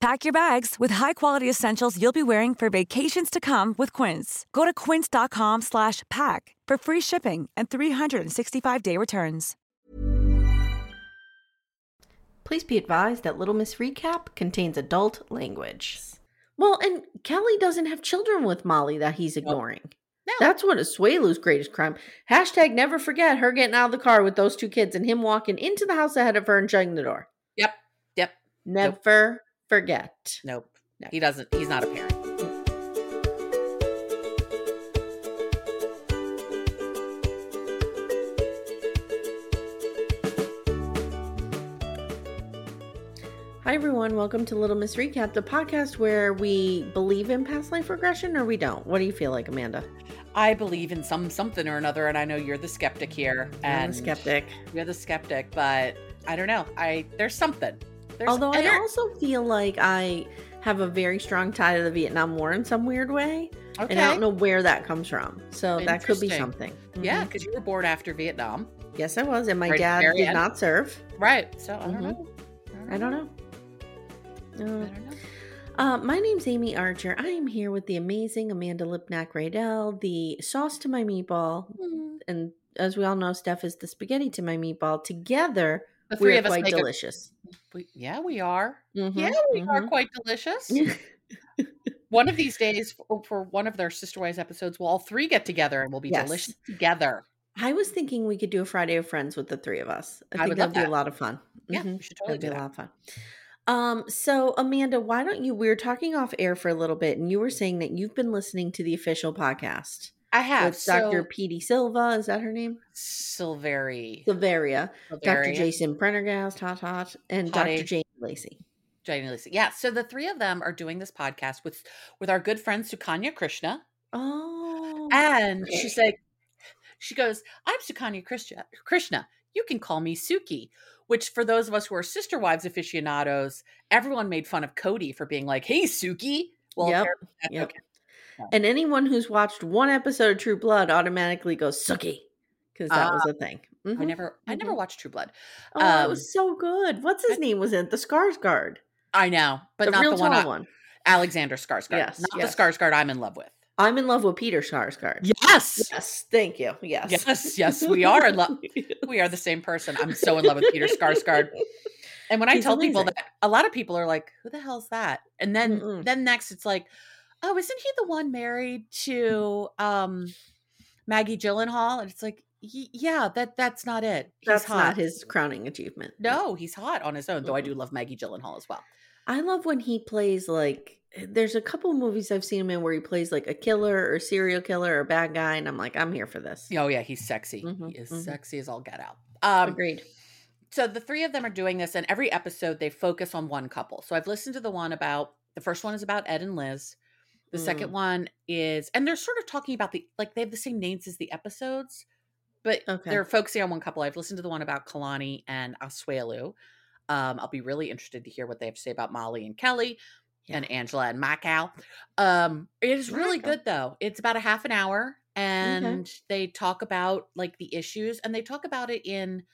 Pack your bags with high-quality essentials you'll be wearing for vacations to come with Quince. Go to quince.com slash pack for free shipping and 365-day returns. Please be advised that Little Miss Recap contains adult language. Well, and Kelly doesn't have children with Molly that he's ignoring. No. That's one of Suelu's greatest crime. Hashtag never forget her getting out of the car with those two kids and him walking into the house ahead of her and shutting the door. Yep. Yep. Nope. Never forget. Nope. No. He doesn't. He's not a parent. Hi everyone, welcome to Little Miss Recap, the podcast where we believe in past life regression or we don't. What do you feel like, Amanda? I believe in some something or another, and I know you're the skeptic here, and I'm a skeptic. You're the skeptic, but I don't know. I there's something. There's, Although and I there- also feel like I have a very strong tie to the Vietnam War in some weird way, okay. and I don't know where that comes from. So that could be Interesting. something. Yeah, Mhm. because you were born after Vietnam, Yes, I was, and my Right at the dad very did end. not serve. right? So I don't Mhm. know. I don't know. I No. don't know. Uh, my name's Amy Archer. I am here with the amazing Amanda Lipnack Radell, the sauce to my meatball, Mm-hmm. and as we all know, Steph is the spaghetti to my meatball. Together, The three we're of us quite make a- delicious. We, yeah, we are. Mhm, Yeah, we are mhm. quite delicious. one of these days, for, for one of their sister wives episodes, we'll all three get together and we'll be Yes. delicious together. I was thinking we could do a Friday of Friends with the three of us. I, I think would that'd love be a that. lot of fun. Yeah, Mhm. we should totally That'd be do a that. lot of fun. Um, so Amanda, why don't you? We were talking off air for a little bit, and you were saying that you've been listening to the official podcast I have with Dr. P.D. Silva. Is that her name? Silveri, Silveria, Dr. Silveri- Jason Prendergast, Hot Hot, and Hottie. Dr. Jane Lacey. Jane Lisa. Yeah, so the three of them are doing this podcast with with our good friend Sukanya Krishna, Oh, and she's like, she goes, "I'm Sukanya Krishna. Krishna, you can call me Suki." Which, for those of us who are sister wives aficionados, everyone made fun of Cody for being like, "Hey, Suki." Well, Yep, apparently that's yep. okay. and anyone who's watched one episode of True Blood automatically goes Suki because that was a thing. Ah, I Mhm. never, I never Mhm. watched True Blood. Oh, it um, was so good. What's his I- name was in it? The Skarsgård, I know, but the not real the one, tall I, one. Alexander Skarsgård. Yes, not yes. the Skarsgård I'm in love with. I'm in love with Peter Skarsgård. Yes, Yes, thank you. Yes, yes, yes, we are in love. We are the same person. I'm so in love with Peter Skarsgård. And when I He's tell people amazing. that, a lot of people are like, "Who the hell's that?" And then, Mm-mm. then next, it's like, "Oh, isn't he the one married to um, Maggie Gyllenhaal?" And it's like, "Y- "Yeah, that that's not it. He's That's hot. not his crowning achievement. No, he's hot on his own. Though I Mm-mm. do love Maggie Gyllenhaal as well. I love when he plays like. There's a couple movies I've seen him in where he plays like a killer or serial killer or bad guy, and I'm like, I'm here for this. Oh yeah, he's sexy. Mhm, he is mhm. sexy as all get out. Um, Agreed. so the three of them are doing this and every episode they focus on one couple so i've listened to the one about the first one is about ed and liz the Mm. second one is and they're sort of talking about the like they have the same names as the episodes but Okay. they're focusing on one couple i've listened to the one about kalani and asuelu um, i'll be really interested to hear what they have to say about molly and kelly and angela and macau um, it is really Macau. good though it's about a half an hour and they talk about like the issues and they talk about it in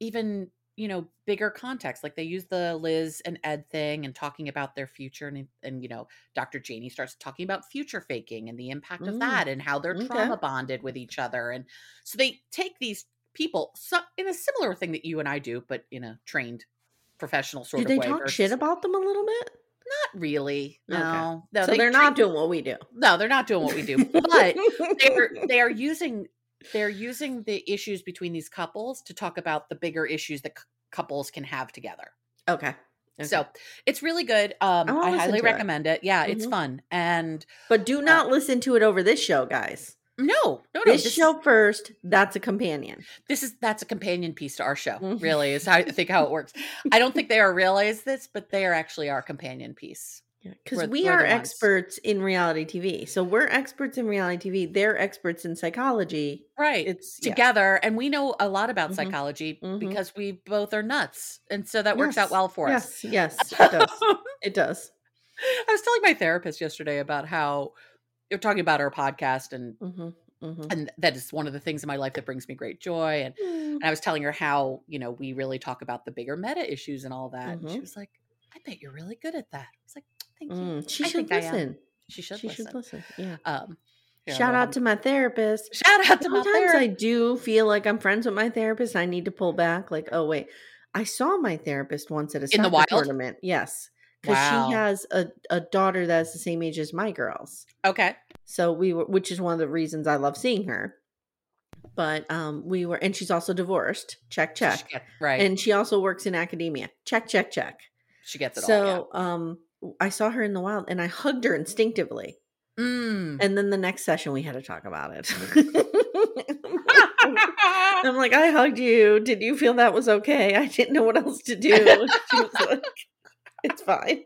even you know bigger context like they use the liz and ed thing and talking about their future and and you know dr janie starts talking about future faking and the impact of Mm, that and how they're okay. trauma bonded with each other and so they take these people so, in a similar thing that you and i do but in a trained professional sort Do of they way talk shit versus- about them a little bit? not really Okay. no, no so they they are not treat- doing what we do. no they're not doing what we do but they're they are using they're using the issues between these couples to talk about the bigger issues that c- couples can have together. okay. okay. Oh, So it's really good. Um, I'll I listen highly to it. recommend it. Yeah, it's Mhm. fun. And but Uh do not listen to it over this show, guys. no, no, no. This, this, show first. That's a companion. this is that's a companion piece to our show. Mhm. Really, is how I think how it works. I don't think they are realize this, but they are actually our companion piece. Because We're- we we're are the ones. experts in reality TV. So we're experts in reality TV. They're experts in psychology. Right. It's yeah. together and we know a lot about Mhm. psychology Mhm. because we both are nuts and so that works out Yes. well for us Yes, yes, it does. It does. I was telling my therapist yesterday about how you're talking about our podcast and hmm hmm and that is one of the things in my life that brings me great joy and, and I was telling her how, you know, we really talk about the bigger meta issues and all that. And she Mhm. was like, "I bet you're really good at that." I was like, "Thank you." Mm, she I should think I am. listen. She should she listen. should listen. Yeah. Um here, I'm Shout gonna out to hum- my therapist. Shout out to my Sometimes I therapist. do feel like I'm friends with my therapist. and I need to pull back. Like, oh wait, I saw my therapist once at a In soccer the wild? tournament. Yes, because Wow. she has a, a daughter that's the same age as my girls. okay. So we were, which is one of the reasons I love seeing her. But um, we were, and she's also divorced. Check, So she check. get- right. And she also works in academia. Check, check, check. she gets it all. So um, I saw her in the wild, and I hugged her instinctively. Yeah. Mm. And then the next session, we had to talk about it. I'm like, I hugged you. Did you feel that was okay? I didn't know what else to do. She was like, it's fine.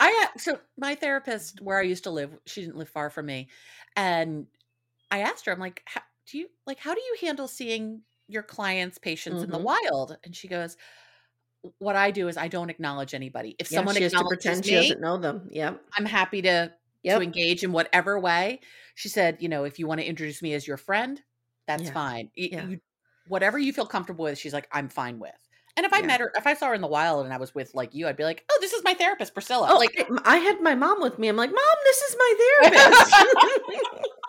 I a- so my therapist where I used to live, she didn't live far from me, and I asked her, I'm like, how, do you like how do you handle seeing your clients' patients in the Mhm. wild? And she goes, what I do is I don't acknowledge anybody. If Yeah, someone she has to acknowledges pretend me, she doesn't know them. Yep. I'm happy to to Yep. engage in whatever way. She said, you know, if you want to introduce me as your friend, that's Yeah. fine. Y- Yeah. you- whatever you feel comfortable with, she's like, I'm fine with. And if I Yeah. met her, if I saw her in the wild and I was with like you, I'd be like, oh, this is my therapist, Priscilla. Oh, like, like I had my mom with me. I'm like, Mom, this is my therapist.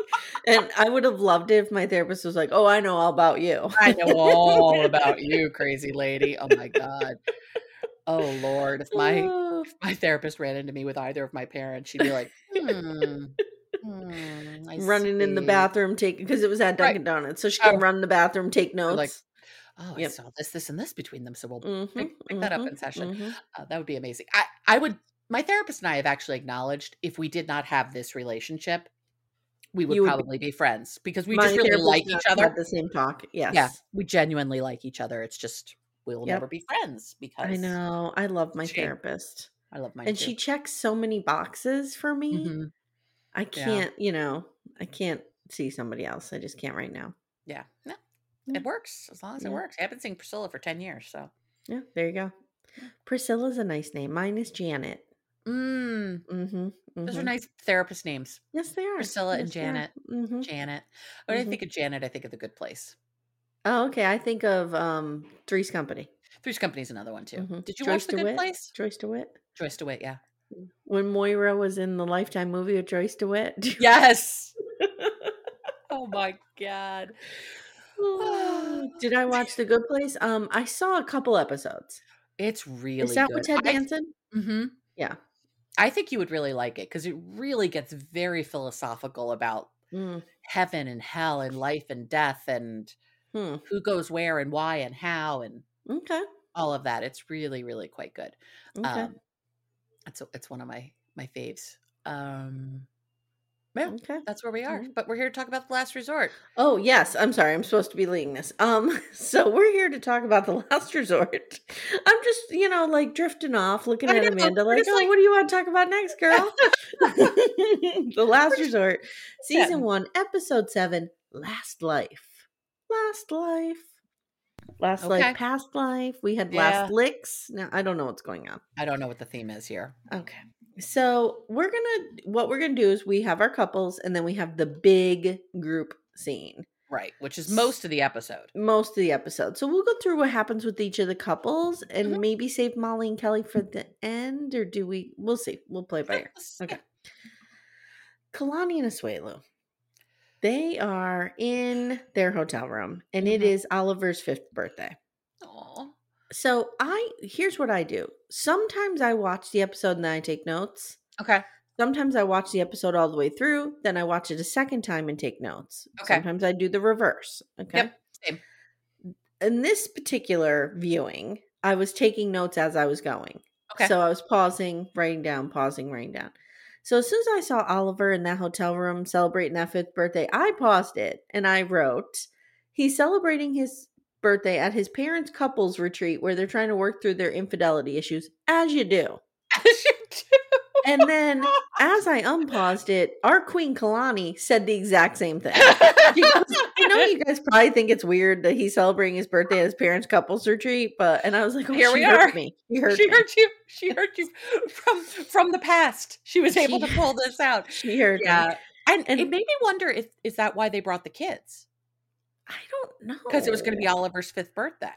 and I would have loved it if my therapist was like, Oh, I know all about you. I know all about you, crazy lady. Oh my god. Oh lord, if my Oh. if my therapist ran into me with either of my parents, she'd be like, "Hmm, hmm, I running in the see." bathroom, taking because it was at Right. Dunkin' Donuts, so she Oh. can run in the bathroom, take notes. like, Oh, I Yep. saw this, this, and this between them. So we'll Mhm, pick, pick that up mhm, in session. mhm. Uh, that would be amazing. I I would. My therapist and I have actually acknowledged if we did not have this relationship, we would, You would be- probably be, friends because we My just really therapist like and I each have other. had the same talk. Yes. Yeah, we genuinely like each other. It's just we'll Yep. never be friends because I know. I love my Shame. therapist. I love mine And too. she checks so many boxes for me. Mhm. I can't, you know, I can't see somebody else. I just can't right now. Yeah. No, Yeah. It works as long as it Yeah. works. I've been seeing Priscilla for 10 years. So, Yeah, there you go. Priscilla's a nice name. Mine is Janet. mm, Mm-hmm. those are nice therapist names Yes, they are. Priscilla and Yes, they are. Janet. Mhm. Janet. When I Mhm. think of Janet, I think of The Good Place. Oh, okay. I think of um Three's Company. Three's Company's another one too. Mhm. Did you Joyce watch The Good DeWitt. Place? Joyce DeWitt. Joyce DeWitt, yeah. When Moira was in the Lifetime movie with Joyce DeWitt. do you- Yes. oh my God. Oh, Did I watch The Good Place? Um, I saw a couple episodes. It's really Is that good. with Ted I- Danson? Mhm. Yeah. I think you would really like it because it really gets very philosophical about Mm, heaven and hell and life and death and hmm. who goes where and why and how and Okay. all of that. It's really, really quite good. Okay. Um, it's it's one of my my faves. Um, yeah, okay. that's where we are. Alright. But we're here to talk about the last resort. Oh yes. I'm sorry. I'm supposed to be leading this. Um. So we're here to talk about the last resort. I'm just, you know, like drifting off, looking I at know, Amanda, we're like, just oh, like- what do you want to talk about next, girl? the last just resort, season chatting. one, episode seven, last life, last life, last Okay. life, past life. We had Yeah. last licks. Now I don't know what's going on. I don't know what the theme is here. Okay. So we're gonna what we're gonna do is we have our couples and then we have the big group scene Right, which is most of the episode. most of the episode. So we'll go through what happens with each of the couples and Mhm. maybe save Molly and Kelly for the end, or do we? We'll see. We'll play by ear. Okay. Kalani and Asuelu. They are in their hotel room and it Mhm. is Oliver's fifth birthday. Aw. So I here's what I do. Sometimes I watch the episode and then I take notes. Okay. Sometimes I watch the episode all the way through, then I watch it a second time and take notes. Okay. Sometimes I do the reverse. Okay. Yep, same. In this particular viewing, I was taking notes as I was going. Okay. So I was pausing, writing down, pausing, writing down. So as soon as I saw Oliver in that hotel room celebrating that fifth birthday, I paused it and I wrote, He's celebrating his birthday at his parents' couples retreat where they're trying to work through their infidelity issues, as you do. And then as I unpaused it, our queen Kalani said the exact same thing. She goes, I know you guys probably think it's weird that he's celebrating his birthday at his parents' couples retreat, but and I was like, oh, Here she we heard are. Me. She heard she me. heard you. She heard you from from the past. She was able She- to pull this out. She heard me. Yeah, and, And- it made me wonder if is that why they brought the kids I don't know because it was going to be Oliver's fifth birthday.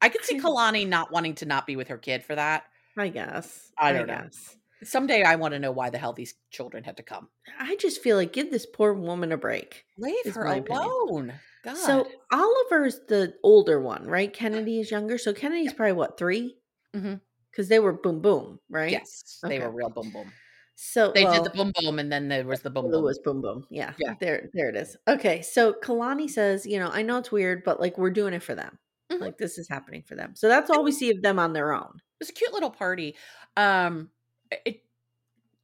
I could see I- Kalani not wanting to not be with her kid for that. I guess. I don't know. guess. Someday I want to know why the hell these children had to come. I just feel like give this poor woman a break. Leave Is her my opinion. alone. God. So Oliver's the older one, right? Kennedy is younger, so Kennedy's probably what three? Mhm. Because they were boom boom, right? yes, they Okay. were real boom boom. So They well, did the boom boom, and then there was the boom Well, It boom. was boom boom. Yeah. Yeah. There there it is. Okay. So Kalani says, you know, I know it's weird, but like we're doing it for them. Mhm. Like this is happening for them. So that's all we see of them on their own. It was a cute little party. Um, it,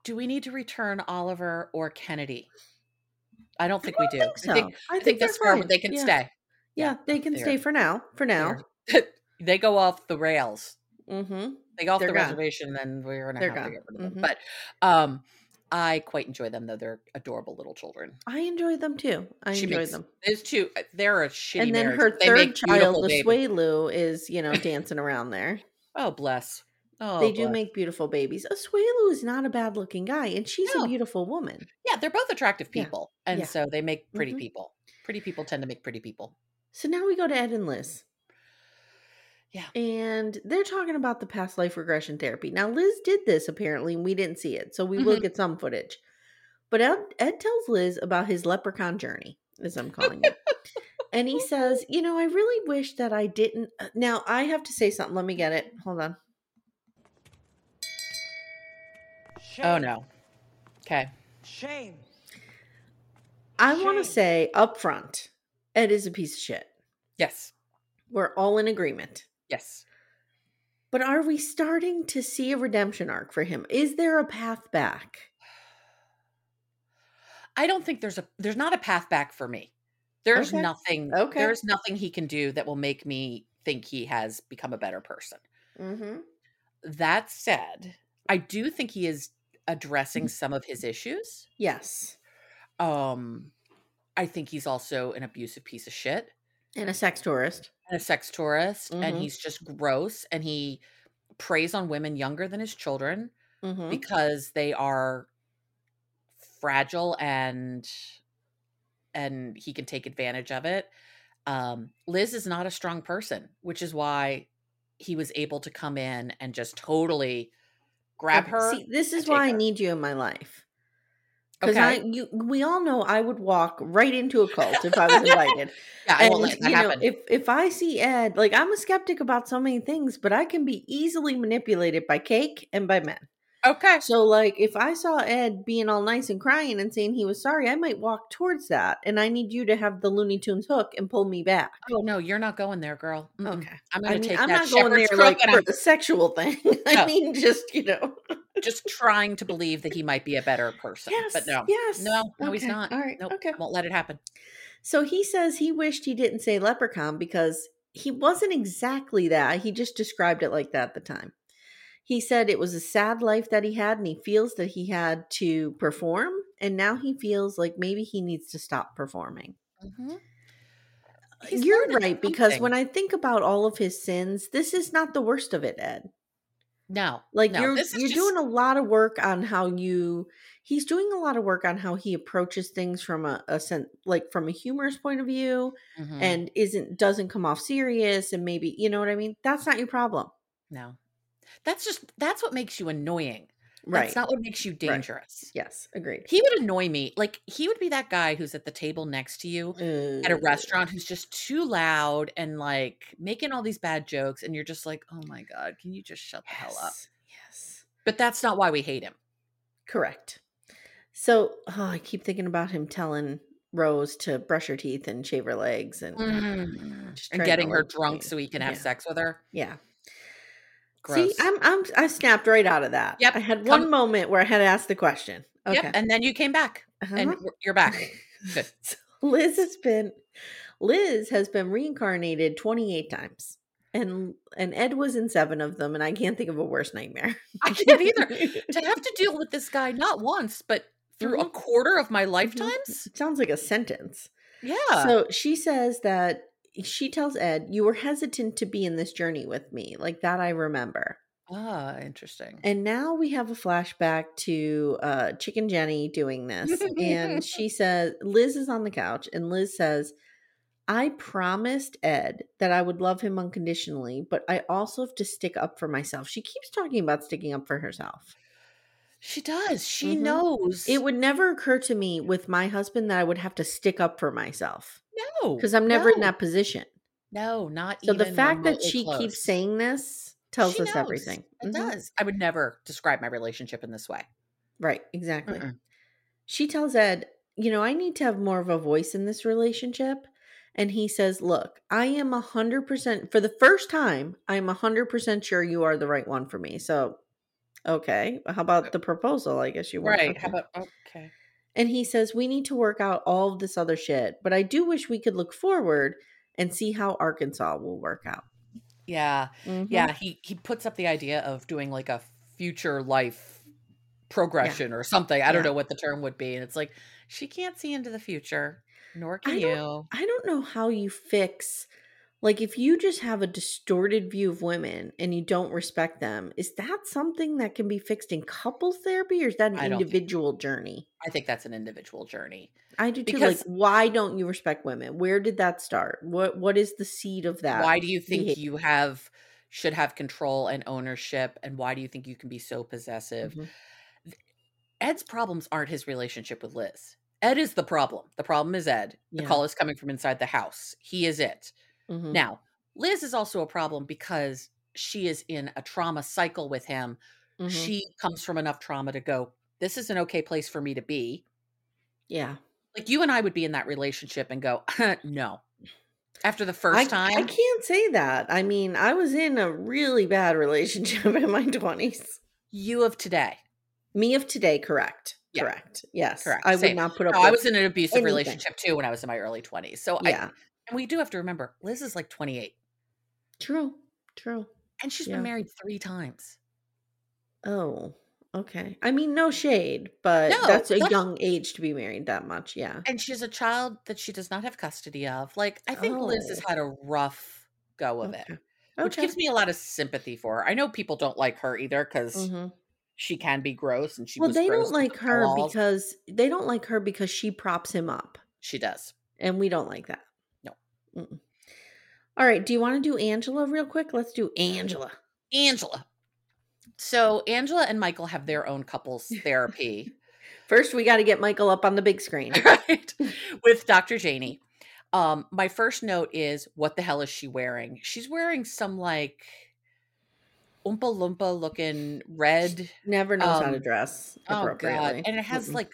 do we need to return Oliver or Kennedy? I don't think we do. I think, I think they're that's where fine. they can Yeah. stay. Yeah, they can They're- stay for now. For now. they go off the rails. Mm-hmm. They go off They're the gone. reservation, then we're gonna They're have gone. to get rid of them. Mhm. But um, I quite enjoy them though. They're adorable little children. I enjoy them too. I She enjoy makes them. Those two, uh, they're a shitty. And then marriage, her but they make third child, beautiful the babies. Swelu, is, you know, dancing around there. Oh bless. Oh, they do bless. make beautiful babies. Oswelu is not a bad looking guy, and she's No. a beautiful woman. Yeah, they're both attractive Yeah. people, and Yeah. so they make pretty Mhm. people. Pretty people tend to make pretty people. Oh, So now we go to Ed and Liz. Yeah. And they're talking about the past life regression therapy. Now, Liz did this apparently, and we didn't see it. So we will get some footage. But Ed, Ed tells Liz about his leprechaun journey, as I'm calling it. and he says, You know, I really wish that I didn't. uh, Now, I have to say something. Let me get it. Hold on. Oh no. Okay. Shame. I want to say up front, Ed is a piece of shit. Yes. We're all in agreement. Yes. But are we starting to see a redemption arc for him? Is there a path back? I don't think there's a there's not a path back for me. There's Okay. nothing. Okay. There's nothing he can do that will make me think he has become a better person. Mm-hmm. That said, I do think he is Mm. addressing some of his issues. Yes. Um, I think he's also an abusive piece of shit And a sex tourist. and a sex tourist, and Mhm. he's just gross and he preys on women younger than his children Mm-hmm. because they are fragile and and he can take advantage of it um liz is not a strong person which is why he was able to come in and just totally grab her See, this is and why take I her. need you in my life. Because okay I, you, we all know I would walk right into a cult if I was invited. yeah i and won't let that you know, happen if if I see Ed, like I'm a skeptic about so many things, but I can be easily manipulated by cake and by men. okay So, like, if I saw Ed being all nice and crying and saying he was sorry, I might walk towards that, and I need you to have the Looney Tunes hook and pull me back. Um, oh no you're not going there girl Mm-mm. i'm gonna I mean, take I'm that not going shepherd's there crook like and for i'm Oh. the sexual thing. I No. mean, just you know. just trying to believe that he might be a better person but no Yes. no no he's Okay, not All right. Nope, Okay. I won't let it happen So he says he wished he didn't say leprechaun because he wasn't exactly that. He just described it like that at the time. He said it was a sad life that he had and he feels that he had to perform. And now he feels like maybe he needs to stop performing. Mhm. He's Mm-hmm. You're learning right, because something. when I think about all of his sins, this is not the worst of it, Ed. No, Like no, you're this is you're just- doing a lot of work on how you he's doing a lot of work on how he approaches things from a, a sen- like from a humorous point of view Mhm. and isn't doesn't come off serious and maybe you know what I mean? That's not your problem. no, that's just that's what makes you annoying. Right. That's not what makes you dangerous. yes, agreed. He would annoy me. Like he would be that guy who's at the table next to you at a Ugh. restaurant who's just too loud and like making all these bad jokes, and you're just like, oh my god, can you just shut the hell up? Yes, Yes. But that's not why we hate him. Correct. So oh, I keep thinking about him telling Rose to brush her teeth and shave her legs and just And trying to, getting her like, drunk yeah, so he can have yeah, sex with her. Yeah. Gross. See, I'm I'm I snapped right out of that. Yep, I had come- one moment where I had asked the question. Okay. Yep. And then you came back, and Uh-huh. we're- you're back. Good. So Liz has been Liz has been reincarnated 28 times. And and Ed was in 7 of them and I can't think of a worse nightmare. I can't either. to have to deal with this guy not once, but through a Mhm. quarter of my lifetimes. It sounds like a sentence. Yeah. So she says that she tells Ed, "You were hesitant to be in this journey with me." Like that I remember. ah, interesting. And now we have a flashback to uh, Chicken Jenny doing this. and she says, Liz is on the couch, and Liz says, I promised Ed that I would love him unconditionally, but I also have to stick up for myself. She keeps talking about sticking up for herself. she does. She Mhm. knows. It would never occur to me with my husband that I would have to stick up for myself no because I'm never in Oh, no, that position. No, not So the even fact that remotely she close. keeps saying this tells She us knows. everything. It Mhm. does. I would never describe my relationship in this way. Right, exactly. Mm-mm. She tells Ed, you know, I need to have more of a voice in this relationship. And he says, look, I am 100%, for the first time, I'm 100% sure you are the right one for me. So, okay. How about the proposal? I guess you weren't. Right. Okay. How about okay? and he says, we need to work out all of this other shit, but I do wish we could look forward and see how Arkansas will work out. Yeah. Mhm. Yeah, he he puts up the idea of doing like a future life progression or something. I don't Yeah. know what the term would be. And it's like she can't see into the future, nor I can don't- you. I don't know how you fix like if you just have a distorted view of women and you don't respect them, is that something that can be fixed in couples therapy or is that an I don't think- individual journey? I think that's an individual journey. I do too. like Because- why don't you respect women? Where did that start? What what is the seed of that? Why do you think behavior? you have should have control and ownership and why do you think you can be so possessive? Mhm. Ed's problems aren't his relationship with Liz. Ed is the problem. The problem is Ed. The Yeah. call is coming from inside the house. He is it. Mhm. Now, Liz is also a problem because she is in a trauma cycle with him Mhm. she comes from enough trauma to go this is an okay place for me to be Yeah. like you and i would be in that relationship and go no after the first I, time I can't say that. I mean, I was in a really bad relationship in my 20s. you of today Me of today, correct. Yeah. Correct. Yes. Correct. I would Same. not put up no, i with- was in an abusive anything. relationship too when i was in my early 20s so Yeah. i and we do have to remember liz is like 28 True. True. and she's Yeah. been married three times Oh, okay. I mean, no shade, but No, that's a that's- young age to be married that much. Yeah. and she has a child that she does not have custody of like i think liz has Oh. had a rough go of it Okay. which Okay. gives me a lot of sympathy for her i know people don't like her either because Mhm. she can be gross and she Well, was they gross don't with like the her Powells. because they don't like her because she props him up, She does. and we don't like that. No. Mm-mm. All right. Do you want to do Angela real quick? Let's do Angela. Angela. So Angela and Michael have their own couples therapy, First, we got to get Michael up on the big screen. right? With Dr. Janie. Um, my first note is what the hell is she wearing? She's wearing some like Oompa Loompa looking red. Never knows how to Um, dress Oh god. appropriately. And it has Mm-mm. like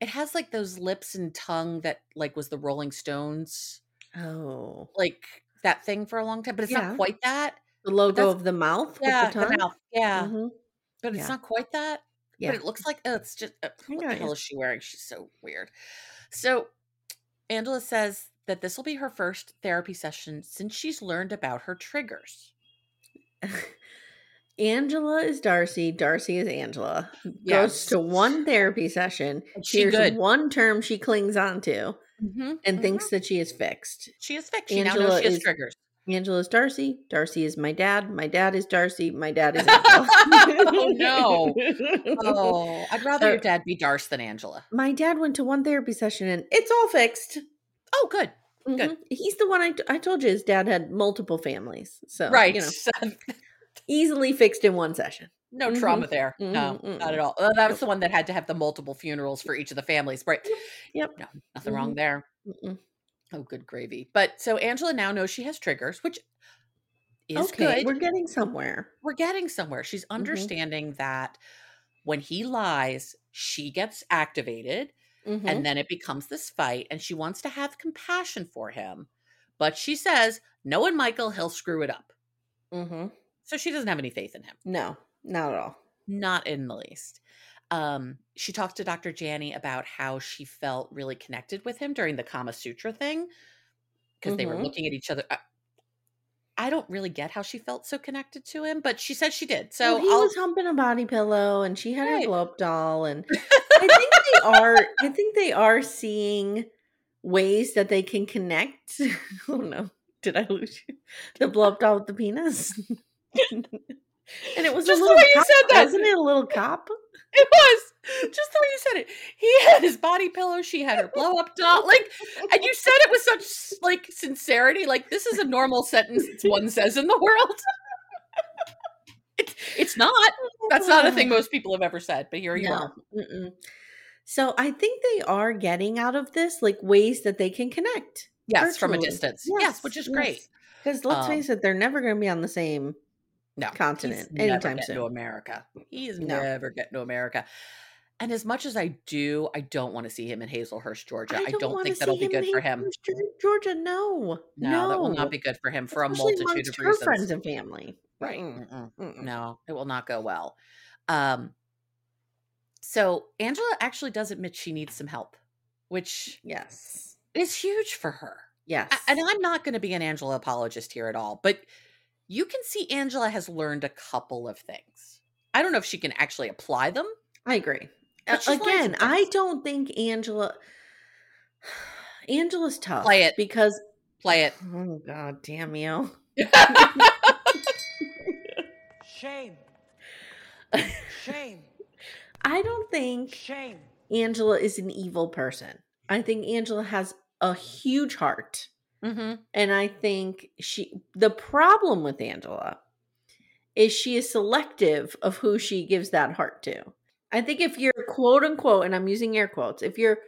it has like those lips and tongue that like was the Rolling Stones oh like that thing for a long time, but it's Yeah. not quite that. the logo that's- of the mouth Yeah, with the tongue. mouth. Yeah. Mhm. But it's Yeah. not quite that. Yeah. But it looks like oh, it's just uh, I what the got hell ya. is she wearing? She's so weird. So Angela says that this will be her first therapy session since she's learned about her triggers. Angela is Darcy. Darcy is Angela. Goes to one therapy session. And she Here's good. one term she clings on to Mhm, and mhm. thinks that she is fixed. she is fixed. She now knows Angela she has is- triggers. Angela is Darcy. Darcy is my dad. My dad is Darcy. My dad is Angela. Oh, no. Oh, I'd rather your dad be Darce than Angela. My dad went to one therapy session and it's all fixed. Oh, good. Good. Mhm. He's the one I, I told you his dad had multiple families. So, right. you know, So, easily fixed in one session. no Mhm. trauma there. No, Mhm, mhm. not at all. Uh, that was the one that had to have the multiple funerals for each of the families. Right. Yep. No, nothing wrong Mhm. there. Mm-mm. Oh, good gravy. But so Angela now knows she has triggers, which is Okay, Oh, good. we're getting somewhere. we're getting somewhere. She's understanding that when he lies, she gets activated Mhm. and then it becomes this fight and she wants to have compassion for him. But she says, knowing Michael, he'll screw it up. mm-hmm. Mhm. So she doesn't have any faith in him, No, not at all. not in the least. Um, she talks to Dr. Janney about how she felt really connected with him during the Kama Sutra thing because they were Mhm. looking at each other. I, I don't really get how she felt so connected to him, but she said she did. So Well, he I'll- was humping a body pillow, and she had Right. her blow up doll, and I think they are. I think they are seeing ways that they can connect. oh no, did I lose you? The blow up doll with the penis. and it was Just a the little way you cop, said that. wasn't it a little cop? It was just the way you said it. He had his body pillow. She had her blow up doll. Like, and you said it with such like sincerity. Like this is a normal sentence one says in the world. It's it's not. That's not a thing most people have ever said. But here you Um, No. are. Mm-mm. So I think they are getting out of this like ways that they can connect. Yes, from a virtually. distance. Yes, Yes, which is yes. great. Because let's Um, face it, they're never going to be on the same. no continent he's never anytime getting soon. to america he is No. never getting to america and as much as i do i don't want to see him in hazelhurst georgia i don't, wanna think that'll see be him good in for him Hazelhurst, Geor- Georgia, no, no, that will not be good for him for Especially a multitude amongst of her reasons friends and family. mm, right Mm-mm. Mm-mm. Mm-mm. no it will not go well um so angela actually does admit she needs some help which Yes. is huge for her Yes. A- and i'm not going to be an angela apologist here at all but you can see angela has learned a couple of things i don't know if she can actually apply them I agree. But A- she's learned some Again, I things. don't think Angela. Angela's tough. Play it. because play it oh god damn you. Shame. Shame. I don't think Shame. Angela is an evil person. I think Angela has a huge heart. mm-hmm. And I think she the problem with Angela is she is selective of who she gives that heart to. I think if you're quote unquote, and I'm using air quotes, if you're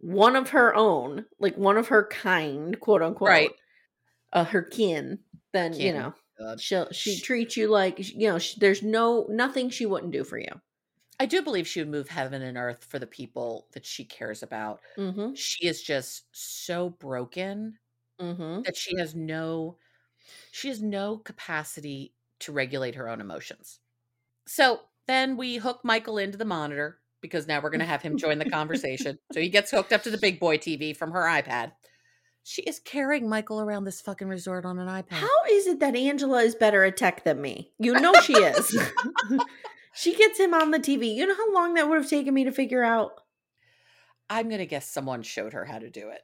one of her own, like one of her kind, quote unquote, Right. uh, her kin, then you Kin. know God. she'll she Sh- treats you like you know she, there's no nothing she wouldn't do for you. I do believe she would move heaven and earth for the people that she cares about. Mm-hmm. She is just so broken Mm-hmm. that she has no she has no capacity to regulate her own emotions. So then we hook Michael into the monitor because now we're going to have him join the conversation. So he gets hooked up to the big boy TV from her iPad. She is carrying Michael around this fucking resort on an iPad. How is it that Angela is better at tech than me? You know she is. she gets him on the TV. You know how long that would have taken me to figure out? I'm going to guess someone showed her how to do it.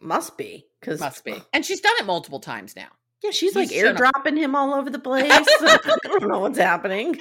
Must be because Must be. And she's done it multiple times now. Yeah, she's like He's shown up. airdropping him all over the place. I don't know what's happening.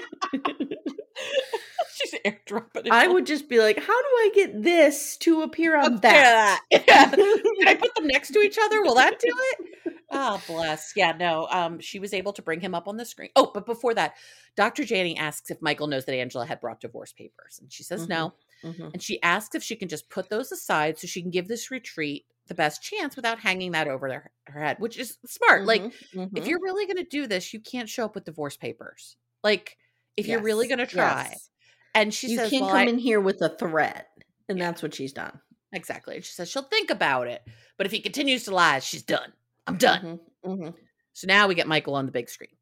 she's airdropping. it I all would just be like, how do I get this to appear on Up that? there. Yeah. Can I put them next to each other? Will that do it? Oh, bless. Yeah, no. Um, she was able to bring him up on the screen. Oh, but before that, Dr. Janney asks if Michael knows that Angela had brought divorce papers. And she says Mhm. no. Mhm. And she asks if she can just put those aside so she can give this retreat the best chance without hanging that over their, her head, which is smart. Like, Mhm. if Mhm. you're really going to do this, you can't show up with divorce papers. Like, if you're really Yes, going to try. yes. And she you says, can't well, come I- in here with a threat. And Yeah. that's what she's done. Exactly. And she says she'll think about it. But if he continues to lie, she's done. I'm done. Mhm. Mhm. So now we get Michael on the big screen.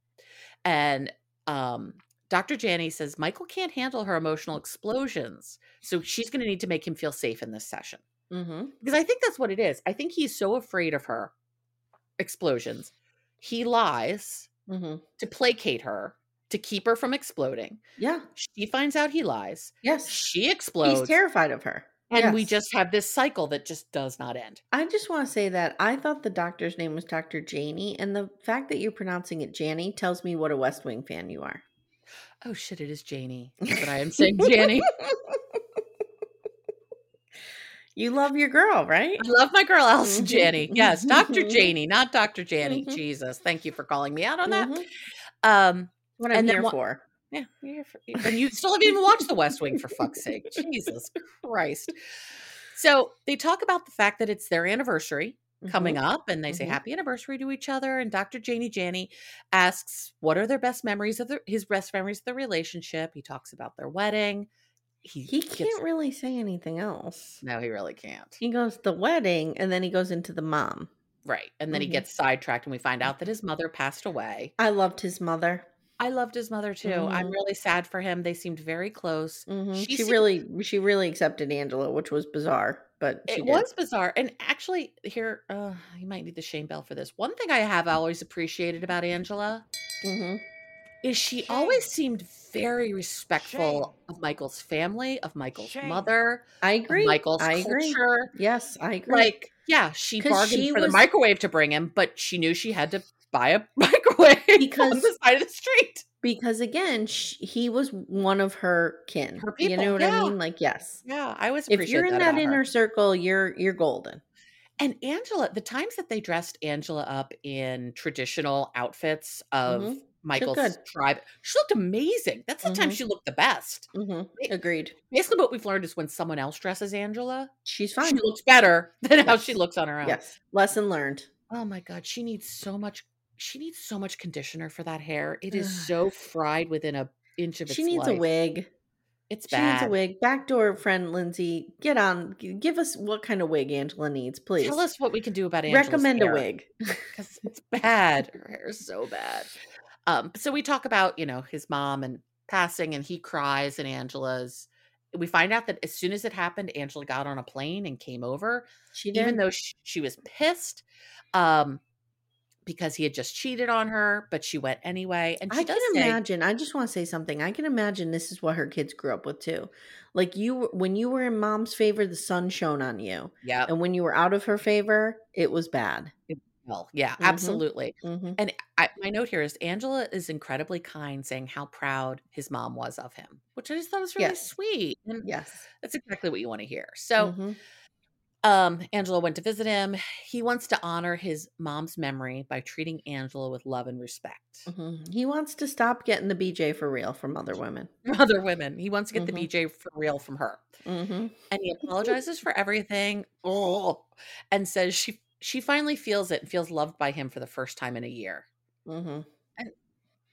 And um, Dr. Janney says Michael can't handle her emotional explosions. So she's going to need to make him feel safe in this session. Mhm. Because I think that's what it is. I think he's so afraid of her explosions. He lies Mhm. to placate her, to keep her from exploding. Yeah. She finds out he lies. Yes. She explodes. He's terrified of her. And we Yes. just have this cycle that just does not end. I just want to say that I thought the doctor's name was Dr. Janie, and the fact that you're pronouncing it Janie tells me what a West Wing fan you are. Oh shit, it is Janie. But I am saying Janie. You love your girl, right? I love my girl Allison Mhm. Janie. Yes, Dr. Mhm. Janie, not Dr. Janie. Mhm. Jesus. Thank you for calling me out on that. Mhm. Um What I'm And then here what- for. Yeah, you're here for, and you still haven't even watched The West Wing for fuck's sake. Jesus Christ. So they talk about the fact that it's their anniversary Mm-hmm. coming up and they say Mhm. happy anniversary to each other. And Dr. Janie Janney asks, What are their best memories of their, his best memories of their relationship? He talks about their wedding. He, Mm. He gives- can't really say anything else. No, he really can't. He goes the wedding, and then he goes into the mom. Right. And then Mhm. he gets sidetracked and we find out that his mother passed away. I loved his mother. I loved his mother too. I'm Mhm. really sad for him. They seemed very close. Mhm. Mm-hmm. She She, seemed- really, she really accepted Angela, which was bizarre, but she did. it was bizarre and actually here uh, you might need the shame bell for this one thing i have always appreciated about angela Mhm. is she Shame. always seemed very respectful of michael's family of michael's Shame. mother I of agree. michael's I culture agree. Yes, I agree. like yeah she 'Cause bargained she for was- the microwave to bring him but she knew she had to buy a microwave on Because- the side of the street because again, sh he was one of her kin. Her you people, know what yeah. I mean? Like, yes, yeah i always if appreciate you're in that, about her. inner circle, you're you're golden. And Angela, the times that they dressed Angela up in traditional outfits of Mhm. Michael's good. tribe, she looked amazing. That's the time Mhm. she looked the best. Mhm. Wait. Agreed. Basically, what we've learned is when someone else dresses Angela, She's fine. she looks better than how she Yes. looks on her own. yes, lesson learned. Oh my God, she needs so much. She needs so much conditioner for that hair. It is so fried within a inch of its She needs a life. wig. It's She needs bad. a wig. Backdoor friend Lindsay, get on. g- Give us what kind of wig Angela needs, please. Tell us what we can do about Angela's Recommend a hair. wig. because it's bad. Her hair is so bad. Um, so we talk about you know his mom and passing, and he cries, and Angela's. We find out that as soon as it happened, Angela got on a plane and came over, She did. even though she, she was pissed um, because he had just cheated on her, but she went anyway. And she I does can say, imagine. I just want to say something. I can imagine this is what her kids grew up with too. Like you, were- when you were in mom's favor, the sun shone on you, yeah, and when you were out of her favor, it was bad. well, yeah, Mhm. absolutely. Mhm. And I, my note here is Angela is incredibly kind, saying how proud his mom was of him, which I just thought was really Yes. sweet. And Yes. that's exactly what you want to hear. So. Mhm. Um, Angela went to visit him. He wants to honor his mom's memory by treating Angela with love and respect. Mhm. he wants to stop getting the BJ for real from other women. Other women, he wants to get Mhm. the BJ for real from her, hmm and he apologizes for everything. Oh, and says she she finally feels it and feels loved by him for the first time in a year. hmm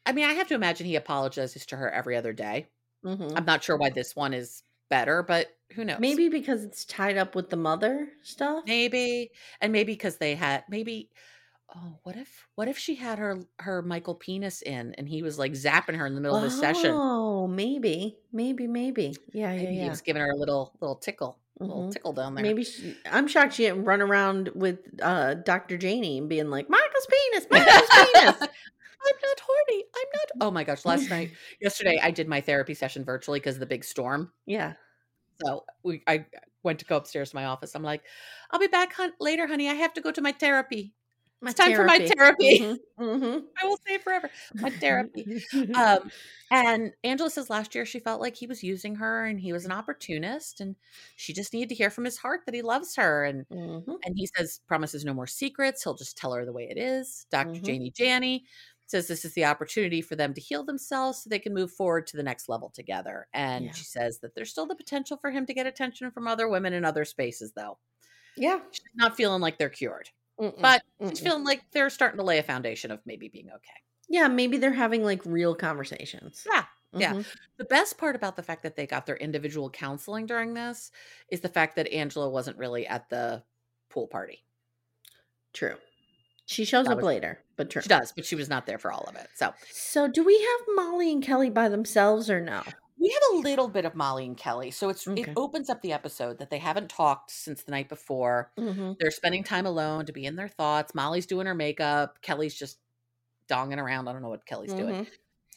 I mean, I have to imagine he apologizes to her every other day. hmm I'm not sure why this one is better, but who knows? Maybe because it's tied up with the mother stuff. maybe and maybe because they had maybe oh what if what if she had her her michael penis in and he was like zapping her in the middle of the session Oh, maybe, maybe, maybe. Yeah, yeah, maybe he yeah. was giving her a little little tickle little Mhm. tickle down there Maybe she, I'm shocked she didn't run around with uh, Dr. Janie and being like, Michael's penis, Michael's penis. i'm not horny i'm not oh my gosh last night yesterday i did my therapy session virtually because of the big storm Yeah. so we i went to go upstairs to my office i'm like i'll be back hun- later honey i have to go to my therapy My It's time for my therapy. Mhm, i will say it forever my mhm. therapy um, and Angela says last year she felt like he was using her and he was an opportunist and she just needed to hear from his heart that he loves her and Mhm, and he says promises no more secrets he'll just tell her the way it is doctor Mhm. janie janney says this is the opportunity for them to heal themselves so they can move forward to the next level together and Yeah. she says that there's still the potential for him to get attention from other women in other spaces though Yeah. she's not feeling like they're cured Mm-mm, but she's mm-mm. feeling like they're starting to lay a foundation of maybe being okay yeah, maybe they're having like real conversations. yeah yeah. Mhm. The best part about the fact that they got their individual counseling during this is the fact that Angela wasn't really at the pool party. True. She shows That up was- later, but true. She does, but she was not there for all of it. So So, do we have Molly and Kelly by themselves or no? we have a little bit of Molly and Kelly. So it's Okay. it opens up the episode that they haven't talked since the night before. Mm-hmm. They're spending time alone to be in their thoughts. Molly's doing her makeup. Kelly's just Mm-hmm. donging around. I don't know what Kelly's doing.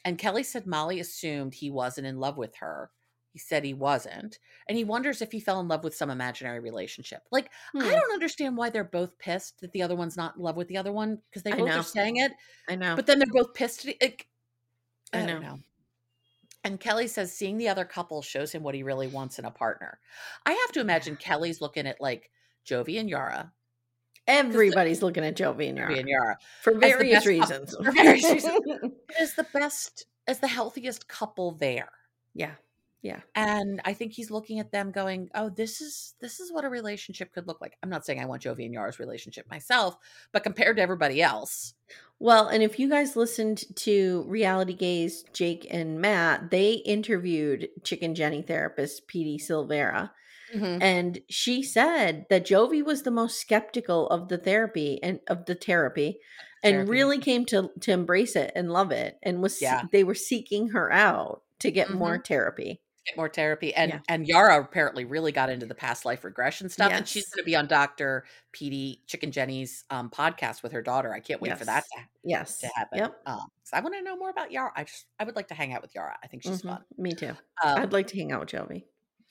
And Kelly said Molly assumed he wasn't in love with her He said he wasn't. And he wonders if he fell in love with some imaginary relationship. Like, Hmm. I don't understand why they're both pissed that the other one's not in love with the other one because they I both know. are saying it, I know. but then they're both pissed. at- e, Like, I, I don't know. know. And Kelly says seeing the other couple shows him what he really wants in a partner. I have to imagine Kelly's looking at like Jovi and Yara, everybody's looking at Jovi and Jovi Yara and Yara for the various best couple- reasons. for various reasons. as the best, as the healthiest couple there. yeah. Yeah. and i think he's looking at them going oh this is this is what a relationship could look like i'm not saying i want jovi and yara's relationship myself but compared to everybody else Well, and if you guys listened to Reality Gaze, Jake and Matt, they interviewed Chicken Jenny therapist Petey Silvera. Mm-hmm, Mm-hmm. and she said that Jovi was the most skeptical of the therapy and of the therapy, and Therapy. really came to to embrace it and love it, and was se- Yeah. Mm-hmm. they were seeking her out to get more therapy. get more therapy and Yeah. and yara apparently really got into the past life regression stuff and she's Yes. going to be on dr Petey chicken jenny's um, podcast with her daughter i can't wait for that to, Yes, to happen Yep, um, 'cause i want to know more about yara i just i would like to hang out with yara i think she's Mhm. fun Me too. um, I'd like to hang out with Jovi.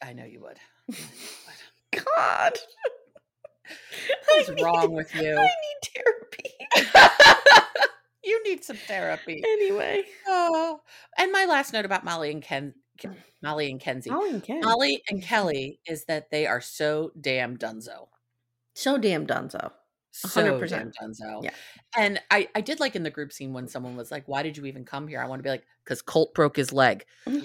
i know you would God, what's I need- wrong with I you need therapy you need some therapy anyway. Oh, and my last note about Molly and Ken, Ken Molly and Kenzie. Molly and Ken, Molly and Kelly is that they are so damn dunzo. so damn dunzo. So 100%. damn dunzo. Yeah. And I, I did like in the group scene when someone was like, why did you even come here? I want to be like, because Colt broke his leg.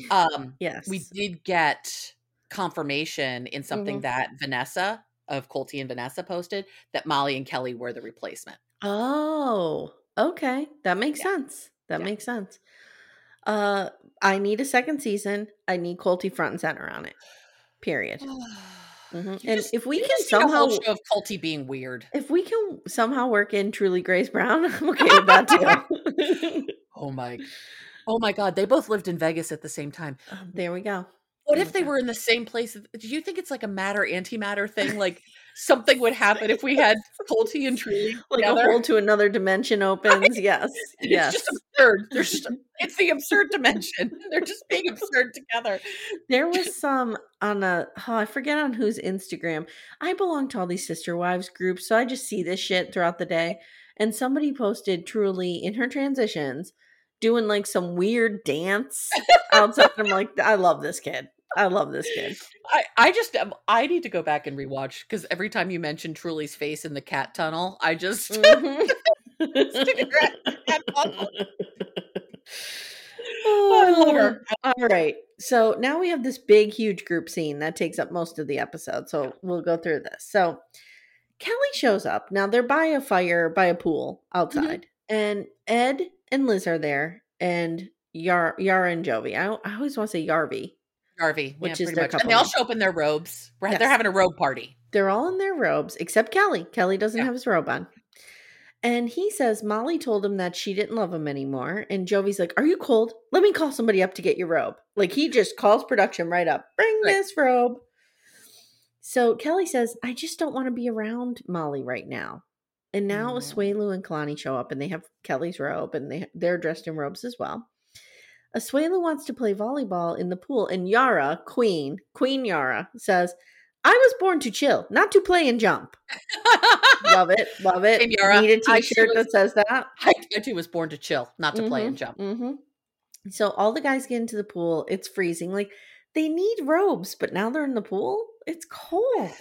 Um, yes, We did get confirmation in something Mhm. that Vanessa of Colty and Vanessa posted that Molly and Kelly were the replacement. Oh, okay. That makes Yeah. sense. That Yeah. makes sense. Uh I need a second season. I need Colty front and center on it. Period. Mm. Mhm. You And just- if we you can just need a somehow whole show of Colty being weird. if we can somehow work in truly Grace Brown, I'm okay with that too. Oh my, oh my God! They both lived in Vegas at the same time. there we go. What Oh if my they God. were in the same place? at- Do you think it's like a matter antimatter thing? Like something would happen if we had Colty and Truly Like together. a hole to another dimension opens. Yes. Yes. It's just absurd. There's just, it's the absurd dimension. They're just being absurd together. There was some on a oh, I forget on whose Instagram. I belong to all these sister wives groups, so I just see this shit throughout the day. And somebody posted truly in her transitions doing like some weird dance outside. I'm like, I love this kid. I love this kid. I, I just am- I need to go back and rewatch because every time you mention Truly's face in the cat tunnel, I just Mhm. Stick her at the cat tunnel. Oh, I love her. All right. So now we have this big, huge group scene that takes up most of the episode. So we'll go through this. So Kelly shows up. Now they're by a fire, by a pool Mm-hmm. outside. And Ed and Liz are there and Yar- Yara and Jovi. I, I always want to say Yarvi. Garvey, Which is yeah, pretty their much. And couple they all name. show up in their robes. Right? Yes. They're having a robe party. They're all in their robes except Kelly. Kelly doesn't Yeah. have his robe on. And he says Molly told him that she didn't love him anymore. And Jovi's like, Are you cold? Let me call somebody up to get your robe. Like he just calls production right up. Bring Right. this robe. So Kelly says, I just don't want to be around Molly right now. And now Mm. Asuelu and Kalani show up and they have Kelly's robe and they, they're dressed in robes as well. Asuelu wants to play volleyball in the pool, and Yara, Queen, Queen Yara, says, I was born to chill, not to play and jump. Love it. Love it. Same Yara. Need a I t too shirt that was- says that. I, I too was born to chill, not to play and jump. hmm So all the guys get into the pool. It's freezing. Like they need robes, but now they're in the pool. It's cold.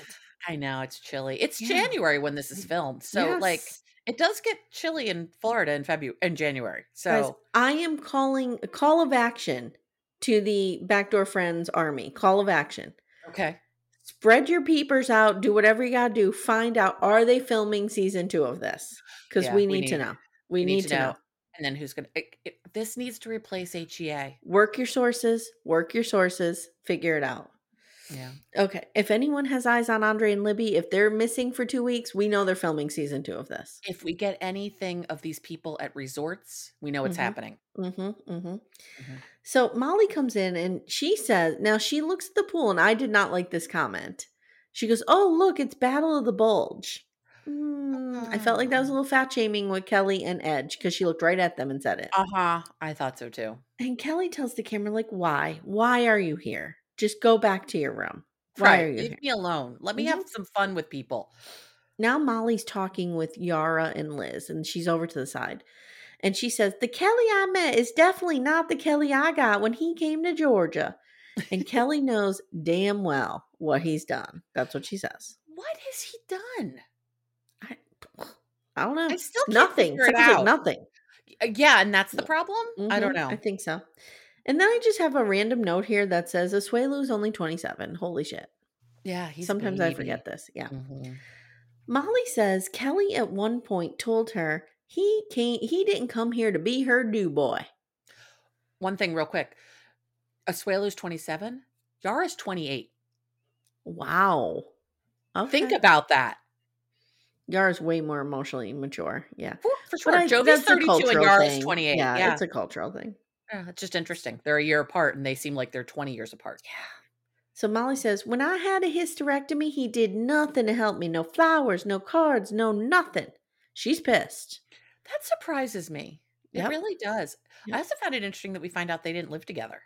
I know it's chilly. It's Yeah. January when this is filmed, so like Yes. it does get chilly in Florida in February in January. So Guys, I am calling a call of action to the Backdoor Friends Army. Call of action. okay, Spread your peepers out. Do whatever you got to do. Find out are they filming season two of this? Because Yeah, we, we need to need- know. We, need, to know. And then who's gonna? It, it, this needs to replace E HEA. Work your sources. Work your sources. Figure it out. Yeah, Okay. If anyone has eyes on Andre and Libby, if they're missing for two weeks, we know they're filming season two of this. if we get anything of these people at resorts, we know what's Mhm. happening. Mm-hmm, mm-hmm. Mhm. So Molly comes in and she says, now she looks at the pool, and I did not like this comment. She goes, Oh, look, it's Battle of the Bulge. Mm, I felt like that was a little fat shaming with Kelly and Edge because she looked right at them and said it. Uh huh. Uh-huh, I thought so too. And Kelly tells the camera, like, why? Why are you here? Just go back to your room. Why are you Leave here? me alone. Let me have some fun with people. Now Molly's talking with Yara and Liz, and she's over to the side. And she says, The Kelly I met is definitely not the Kelly I got when he came to Georgia. And Kelly knows damn well what he's done. That's what she says. What has he done? I, I don't know. I still can't nothing. figure it Sounds like out. nothing. Uh, Yeah, and that's the problem. I don't Mhm, know. I think so. And then I just have a random note here that says Asuelu's only 27. Holy shit. yeah, he's a Sometimes I baby. forget Mm-hmm. this. Yeah. Mhm. Molly says Kelly at one point told her he can't he didn't come here to be her do boy. One thing, real quick. Asuelu's twenty-seven. Yara's twenty-eight. Wow. Okay. Think about that. Yara's way more emotionally mature. Yeah. For, for But sure. I- Jovi's that's a 32 and cultural Yara's thing. 28. Yeah, Yeah. It's a cultural thing. Yeah, it's just interesting. They're a year apart and they seem like they're 20 years apart. So Molly says, When I had a hysterectomy, he did nothing to help me. No flowers, no cards, no nothing. She's pissed. That surprises me. Yep. It really does. Yep. I also found it interesting that we find out they didn't live together.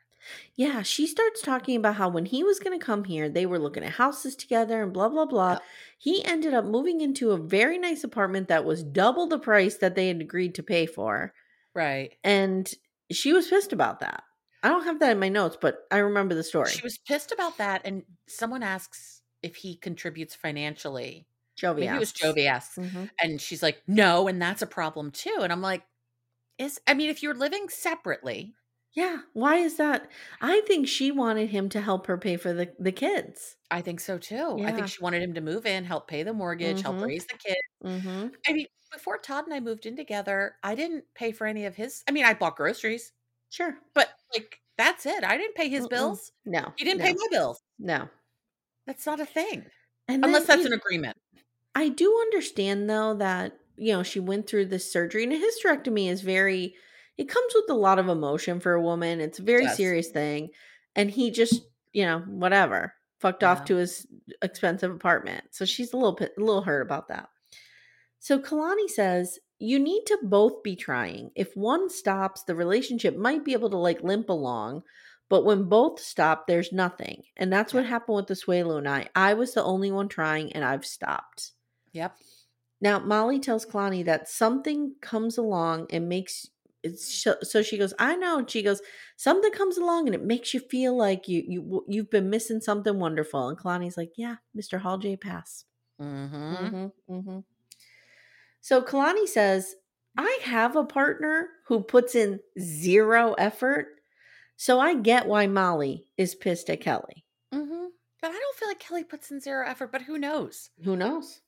Yeah, she starts talking about how when he was going to come here, they were looking at houses together and blah, blah, blah. Yep. He ended up moving into a very nice apartment that was double the price that they had agreed to pay for. Right. And she was pissed about that. I don't have that in my notes, but I remember the story. She was pissed about that. And someone asks if he contributes financially. Jovi. Maybe it was asks. Jovi Mm-hmm. asks. Mhm. And she's like, no. And that's a problem too. And I'm like, is, I mean, if you're living separately, Yeah. Why is that? I think she wanted him to help her pay for the, the kids. I think so too. I Yeah. think she wanted him to move in, help pay the mortgage, Mhm. help raise the kids. Mm-hmm. I mean, before Todd and I moved in together, I didn't pay for any of his. I mean, I bought groceries, Sure. but like that's it. I didn't pay his Mm-mm. bills. No. He didn't no, pay my bills. No. That's not a thing, And unless then that's you- an agreement. I do understand though that you know she went through this surgery and a hysterectomy is very it comes with a lot of emotion for a woman. It's a very does. serious thing and he just, you know, whatever, fucked Yeah. off to his expensive apartment. So she's a little bit a little hurt about that. So Kalani says, "You need to both be trying. If one stops, the relationship might be able to like limp along." But when both stop, there's nothing. And that's what happened with the Suelo and I. I was the only one trying and I've stopped. Yep. Now, Molly tells Kalani that something comes along and makes it's so, so she goes, I know. And she goes, something comes along and it makes you feel like you you you've been missing something wonderful. And Kalani's like, Yeah, Mr. Hall J. Pass. Mm-hmm. Mm-hmm, mm-hmm. So Kalani says, I have a partner who puts in zero effort. So I get why Molly is pissed at Kelly. Mm-hmm. But I don't feel like Kelly puts in zero effort. But who knows? Who knows?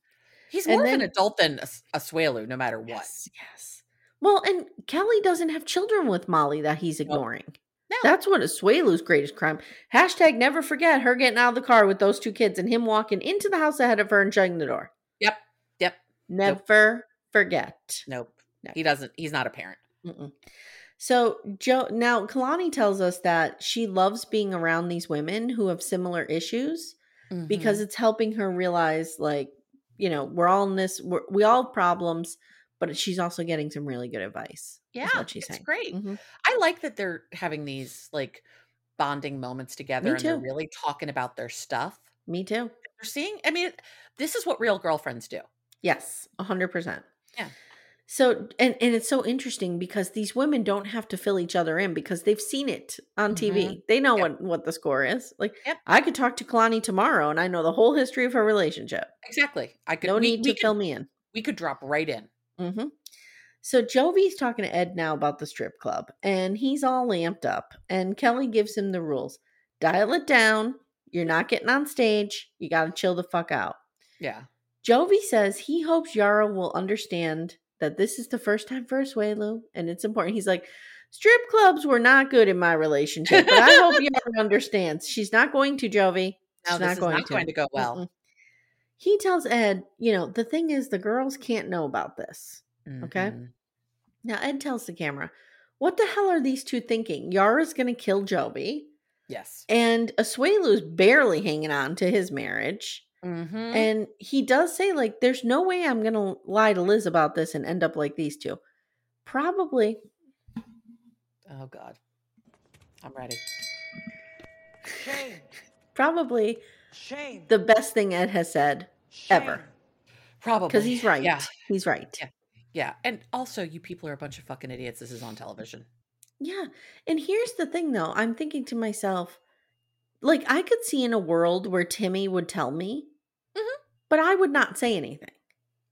He's And more of an then- adult than a, s- a Swaloo, no matter what. Yes, yes. Well, and Kelly doesn't have children with Molly that he's ignoring. No. That's one of Swalu's greatest crime. Hashtag never forget her getting out of the car with those two kids and him walking into the house ahead of her and shutting the door. Yep. Yep. Nope. Never forget. Nope. No. He doesn't. He's not a parent. Mm-mm. So Joe now Kalani tells us that she loves being around these women who have similar issues because Mm-hmm. it's helping her realize like you know we're all in this we're, we all have problems but she's also getting some really good advice yeah, is what she's it's saying great. Mhm. I like that they're having these like bonding moments together Me and they're too. really talking about their stuff. Mm-hmm. me too They're seeing, I mean, this is what real girlfriends do. yes 100% Yeah. so and and it's so interesting because these women don't have to fill each other in because they've seen it on TV. They know Yep. what what the score is. Like Mm-hmm. Yep. I could talk to Kalani tomorrow and I know the whole history of her relationship. Exactly. I could No we, need we to could, fill me in. we could drop right in. Mm-hmm. So Jovi's talking to Ed now about the strip club, and he's all lamped up. And Kelly gives him the rules: dial it down. You're not getting on stage. You got to chill the fuck out. Yeah. Jovi says he hopes Yara will understand that this is the first time for Asuelu, and it's important. He's like, strip clubs were not good in my relationship, but I hope Yara understands. She's not going to Jovi. No, She's this is not going to go well. Mm-mm. He tells Ed, you know, the thing is, the girls can't know about this. Okay. Mhm. Now, Ed tells the camera, What the hell are these two thinking? Yara's going to kill Joby, Yes. and Asuelu's barely hanging on to his marriage. Mhm. And he does say, like, there's no way I'm going to lie to Liz about this and end up like these two. Probably. oh God. I'm ready. Shame. Probably Shame. the best thing Ed has said ever. Probably. because he's right. Yeah. He's right. Yeah. Yeah. And also, you people are a bunch of fucking idiots. This is on television. Yeah. And here's the thing though, I'm thinking to myself, like I could see in a world where Timmy would tell me, Mhm. but I would not say anything.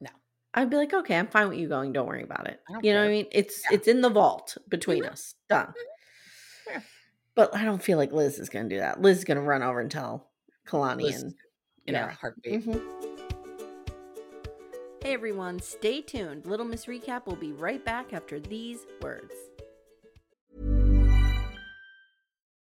No. I'd be like, okay, I'm fine with you going. Don't Mm-hmm. worry about it. I don't You know what I care. mean? It's Yeah. it's in the vault between us. Done. Mm-hmm. Yeah. But I don't feel like Liz is gonna do that. Liz is gonna run over and tell Kalani Liz- and In Yeah. Mm-hmm. a heartbeat. Hey everyone, stay tuned. Little Miss Recap will be right back after these words.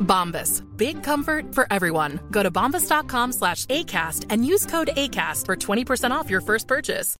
Bombas. Big comfort for everyone. Go to bombas.com slash ACAST and use code ACAST for 20% off your first purchase.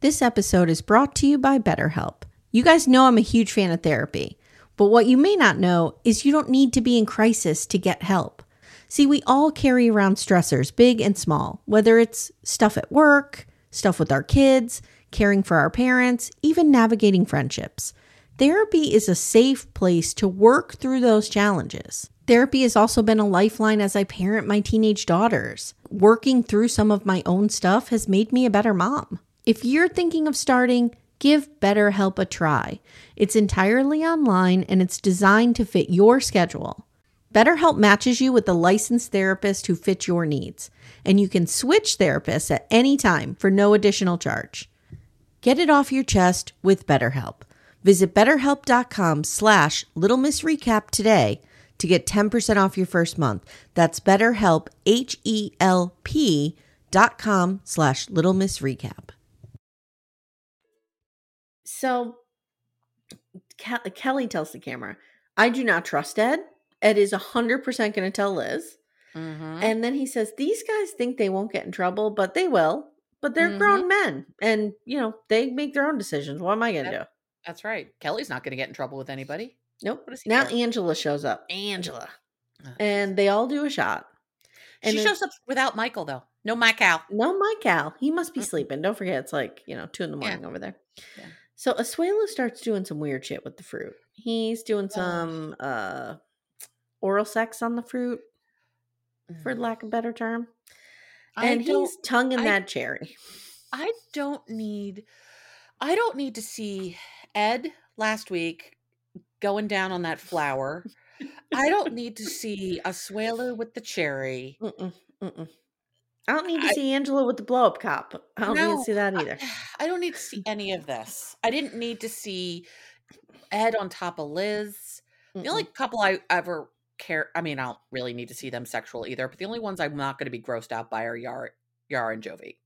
This episode is brought to you by BetterHelp. You guys know I'm a huge fan of therapy, but what you may not know is you don't need to be in crisis to get help. See, we all carry around stressors, big and small, whether it's stuff at work, stuff with our kids, caring for our parents, even navigating friendships. Therapy is a safe place to work through those challenges. Therapy has also been a lifeline as I parent my teenage daughters. Working through some of my own stuff has made me a better mom. If you're thinking of starting, give BetterHelp a try. It's entirely online and it's designed to fit your schedule. BetterHelp matches you with a licensed therapist who fits your needs, and you can switch therapists at any time for no additional charge. Get it off your chest with BetterHelp. Visit betterhelp.com slash littlemissrecap today to get 10% off your first month. That's betterhelp, H-E-L-P dot com slash littlemissrecap. So Ke- Kelly tells the camera, I do not trust Ed. Ed is 100% going to tell Liz. Mhm. And then he says, These guys think they won't get in trouble, but they will. But Mm-hmm. they're grown men and, you know, they make their own decisions. What am I going to Yep. That's right. Kelly's not going to get in trouble with anybody. do? Nope. What does he Now care? Angela shows up. Angela. Uh, And they all do a shot. she then- shows up without Michael, though. No Michael. No, my gal. He must be Mm-mm. sleeping. Don't forget, it's like, you know, two in the Yeah. morning over there. Yeah. So Asuelo starts doing some weird shit with the fruit. He's doing Oh. some uh oral sex on the fruit, for Mm. lack of a better term. I And don't- he's tonguing I- that cherry. I don't need I don't need to see Ed last week going down on that flower. I don't need to see Asuelo with the cherry. Mm-mm, mm-mm. I don't need to I- see Angela with the blow up cop. I don't need to No, see that I- either. I don't need to see any of this. I didn't need to see Ed on top of Liz. The only Mm-mm. couple I ever care I mean, I don't really need to see them sexual either, but the only ones I'm not gonna be grossed out by are Yar Yar and Jovi.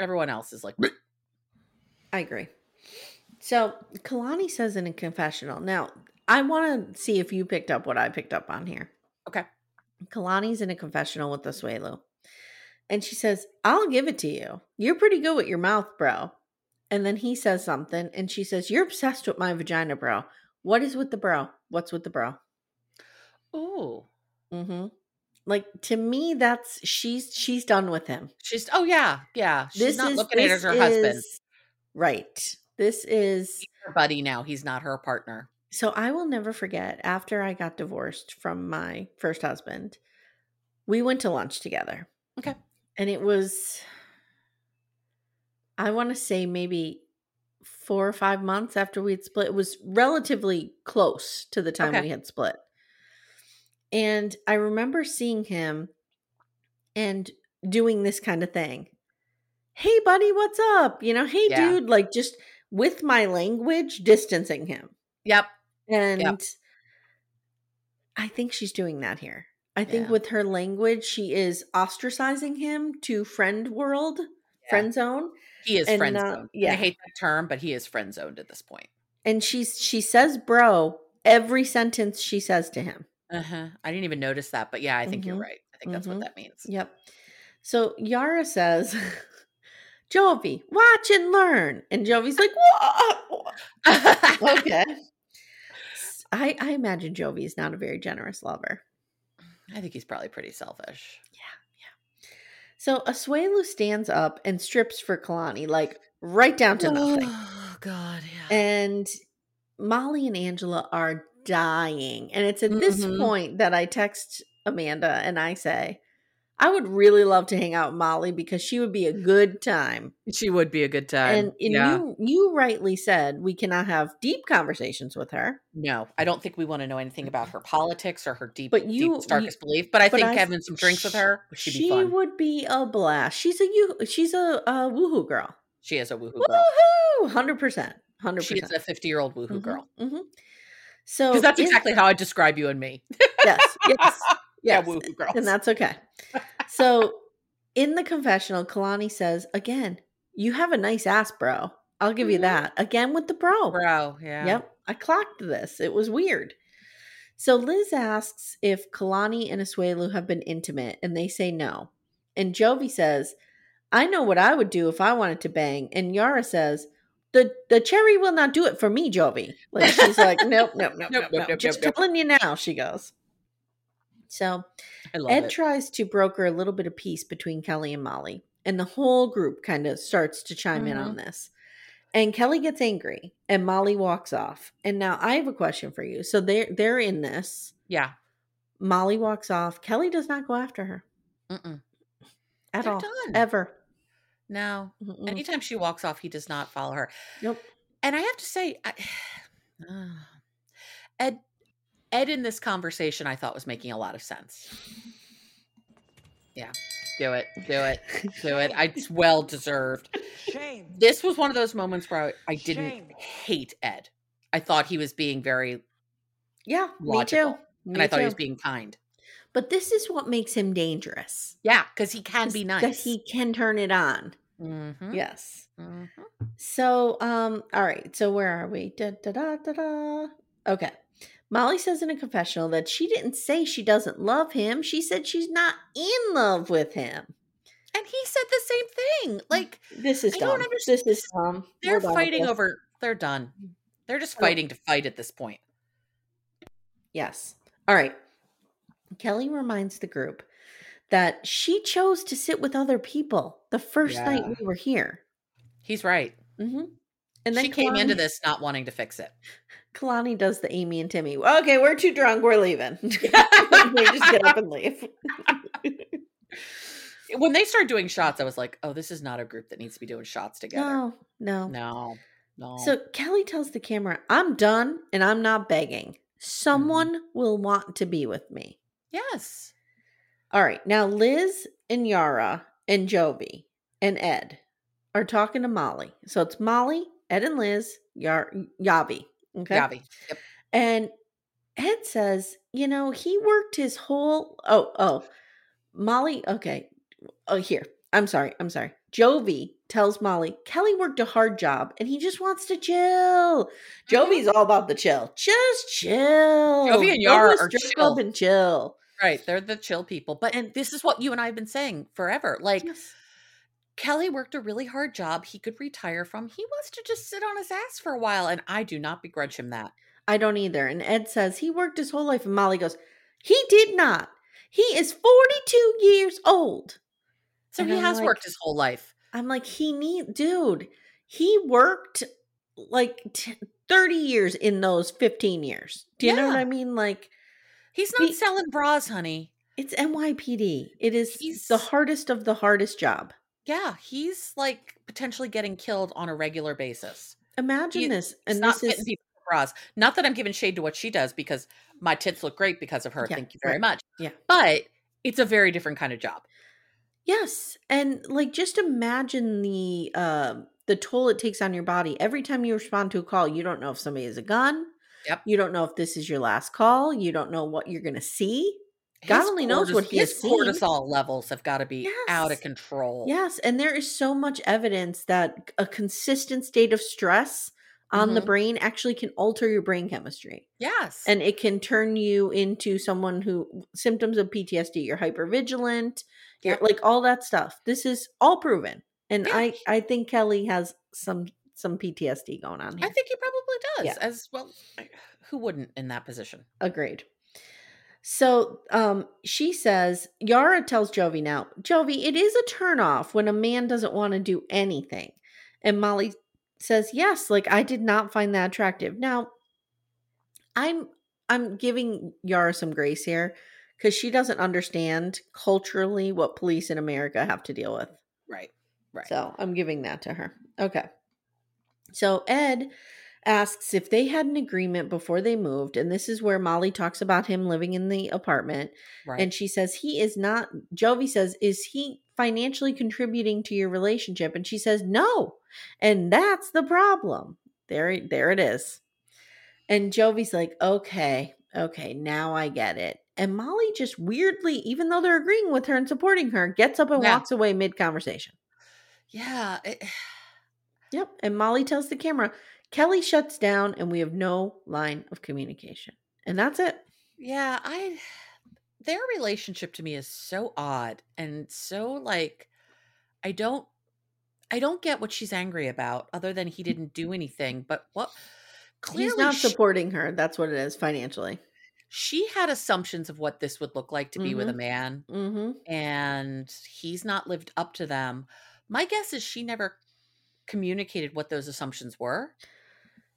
Everyone else is like "Bleh." I agree. So Kalani says in a confessional. Now, I want to see if you picked up what I picked up on here. okay. Kalani's in a confessional with Asuelu. And she says, I'll give it to you. You're pretty good with your mouth, bro. And then he says something, and she says, You're obsessed with my vagina, bro. What is with the bro? What's with the bro? Ooh. Mm-hmm. Like to me, that's she's she's done with him. She's oh yeah, yeah. She's not looking at it as this her husband. is- Right. This is her buddy now. He's not her partner. so I will never forget after I got divorced from my first husband, we went to lunch together. Okay. And it was I want to say maybe four or five months after we had split. It was relatively close to the time Okay. we had split. And I remember seeing him and doing this kind of thing. Hey, buddy, what's up? You know, hey, Yeah. dude, like just with my language, distancing him. Yep. And I think she's doing that here. I think Yeah. with her language, she is ostracizing him to friend world, Yeah. friend zone. He is And friend not- zoned. yeah. I hate that term, but he is friend zoned at this point. And she's she says bro every sentence she says to him. Uh-huh. I didn't even notice that, but yeah, I think you're Mhm. right. I think that's Mhm. what that means. Yep. So Yara says Jovi, watch and learn. And Jovi's like, whoa. okay. I, I imagine Jovi is not a very generous lover. I think he's probably pretty selfish. So Asuelu stands up and strips for Kalani, like right down to nothing. Oh God, yeah. And Molly and Angela are dying. And it's at this Mhm. point that I text Amanda and I say, I would really love to hang out with Molly because she would be a good time. she would be a good time. and and yeah. you you rightly said we cannot have deep conversations with her. no, I don't think we want to know anything about her politics or her deep, But you- you- deep darkest belief. But I but think I- having some drinks with her, she'd be she fun. would be a blast. She's a you she's a, uh woohoo girl. she is a woohoo girl. Woohoo! 100%. 100%. She is a fifty-year-old woohoo Mhm, girl. mhm. So Because that's in- exactly how I describe you and me. yes, yes, Yeah, yes, woohoo girls. and that's okay. So in the confessional, Kalani says again, "You have a nice ass, bro. I'll give you Mhm. that." Again with the bro. bro. Yeah. Yep, I clocked this. It was weird. So Liz asks if Kalani and Asuelu have been intimate, and they say no. And Jovi says, "I know what I would do if I wanted to bang." And Yara says. The, the cherry will not do it for me, Jovi. Like she's like, nope, nope, nope, nope, nope. nope, nope, Just nope. telling you now, she goes. So I love Ed it. tries to broker a little bit of peace between Kelly and Molly, and the whole group kind of starts to chime in Mhm. on this. And Kelly gets angry, and Molly walks off. And now I have a question for you. So they're they're in this. yeah. Molly walks off. Kelly does not go after her Mm-mm. at They're all, done. ever. No. Mm-mm. Anytime she walks off, he does not follow her. Mm. Nope. And I have to say, I, Ah. Ed, Ed in this conversation, I thought was making a lot of sense. Yeah, do it, do it, do it. I, it's well deserved. Shame. This was one of those moments where I, I didn't Shame. hate Ed. I thought he was being very, Yeah, me Logical. too. and Me I thought he was too. being kind. But this is what makes him dangerous. Yeah, because he can is be That nice. he can turn it on. Mhm, Yes. mhm. So, um, all right. So where are we? Da da da da da. Okay. Molly says in a confessional that she didn't say she doesn't love him. She said she's not in love with him. And he said the same Mm. thing. Like This is I dumb. don't understand. This is dumb. We're they're done with fighting this. over. They're done. Mm. They're just I don't- fighting to fight at this point. Yes. All right. Kelly reminds the group that she chose to sit with other people the first night Yeah. we were here. He's right. Mm-hmm. And then she came into Kalani- this not wanting to fix it. Kalani does the Amy and Timmy. Okay, we're too drunk. We're leaving. we just get up and leave. When they started doing shots, I was like, "Oh, this is not a group that needs to be doing shots together." No, no, No, no. So Kelly tells the camera, I'm done and I'm not begging. Someone will want to be with me. yes, All right. Now, Liz and Yara and Jovi and Ed are talking to Molly. So it's Molly, Ed and Liz, Yar- Yavi. Okay. Gabby. Yep. And Ed says, you know, he worked his whole. Oh, oh, Molly. Okay. Oh, here. I'm sorry. I'm sorry. Jovi tells Molly, Kelly worked a hard job and he just wants to chill. Mm-hmm. Jovi's all about the chill. Just chill. Jovi and Yara are Club chill. and chill. Right, they're the chill people. But and this is what you and I have been saying forever. Like Kelly worked a really hard job. He could retire from. He wants to just sit on his ass for a while, and I do not begrudge him that. I don't either. And Ed says he worked his whole life. And Molly goes, he did not. He is 42 years old. So And he I'm has like- worked his whole life. I'm like, he need, dude, he worked like t- 30 years in those 15 years. Do you know what Yeah. I mean? Like, He's not He- selling bras, honey. it's NYPD. It is the He's- hardest of the hardest job. Yeah, he's like potentially getting killed on a regular basis. Imagine He- this. It's And not this fitting is, people for bras. Not that I'm giving shade to what she does because my tits look great because of her. Yeah, Thank you very right. much. Yeah. But it's a very different kind of job. yes. And like, just imagine the, uh, the toll it takes on your body. Every time you respond to a call, you don't know if somebody has a gun. Yep. You don't know if this is your last call. You don't know what you're going to see. God His only knows what cortis- he has his seen. cortisol levels have got to be out Yes. of control. Yes, and there is so much evidence that a consistent state of stress on the Mhm. brain actually can alter your brain chemistry Yes. and it can turn you into someone who symptoms of PTSD, you're hypervigilant, you're Yep. like all that stuff. This is all proven. And I I think Kelly has some some PTSD going on here. I think he probably does Yeah. as well. Who wouldn't in that position? Agreed. So um, she says, Yara tells Jovi now, Jovi, it is a turnoff when a man doesn't want to do anything. And Molly says, Yes, like I did not find that attractive. Now, I'm I'm giving Yara some grace here because she doesn't understand culturally what police in America have to deal with. Right. Right. So I'm giving that to her. Okay. So Ed asks if they had an agreement before they moved. And this is where Molly talks about him living in the apartment. right. And she says, he is not, Jovi says, is he financially contributing to your relationship? And she says, no. And that's the problem. There, it- there it is. And Jovi's like, okay, okay, now I get it. And Molly just weirdly, even though they're agreeing with her and supporting her, gets up and Yeah. walks away mid conversation. yeah. it- Yep. And Molly tells the camera, Kelly shuts down and we have no line of communication. And that's it. yeah. I. Their relationship to me is so odd and so like, I don't, I don't get what she's angry about. Other than he didn't do anything. But what? Clearly, Mm. He's not she- supporting her. That's what it is financially. she had assumptions of what this would look like to be with a man Mm-hmm. and he's not lived up to them my guess is she never communicated what those assumptions were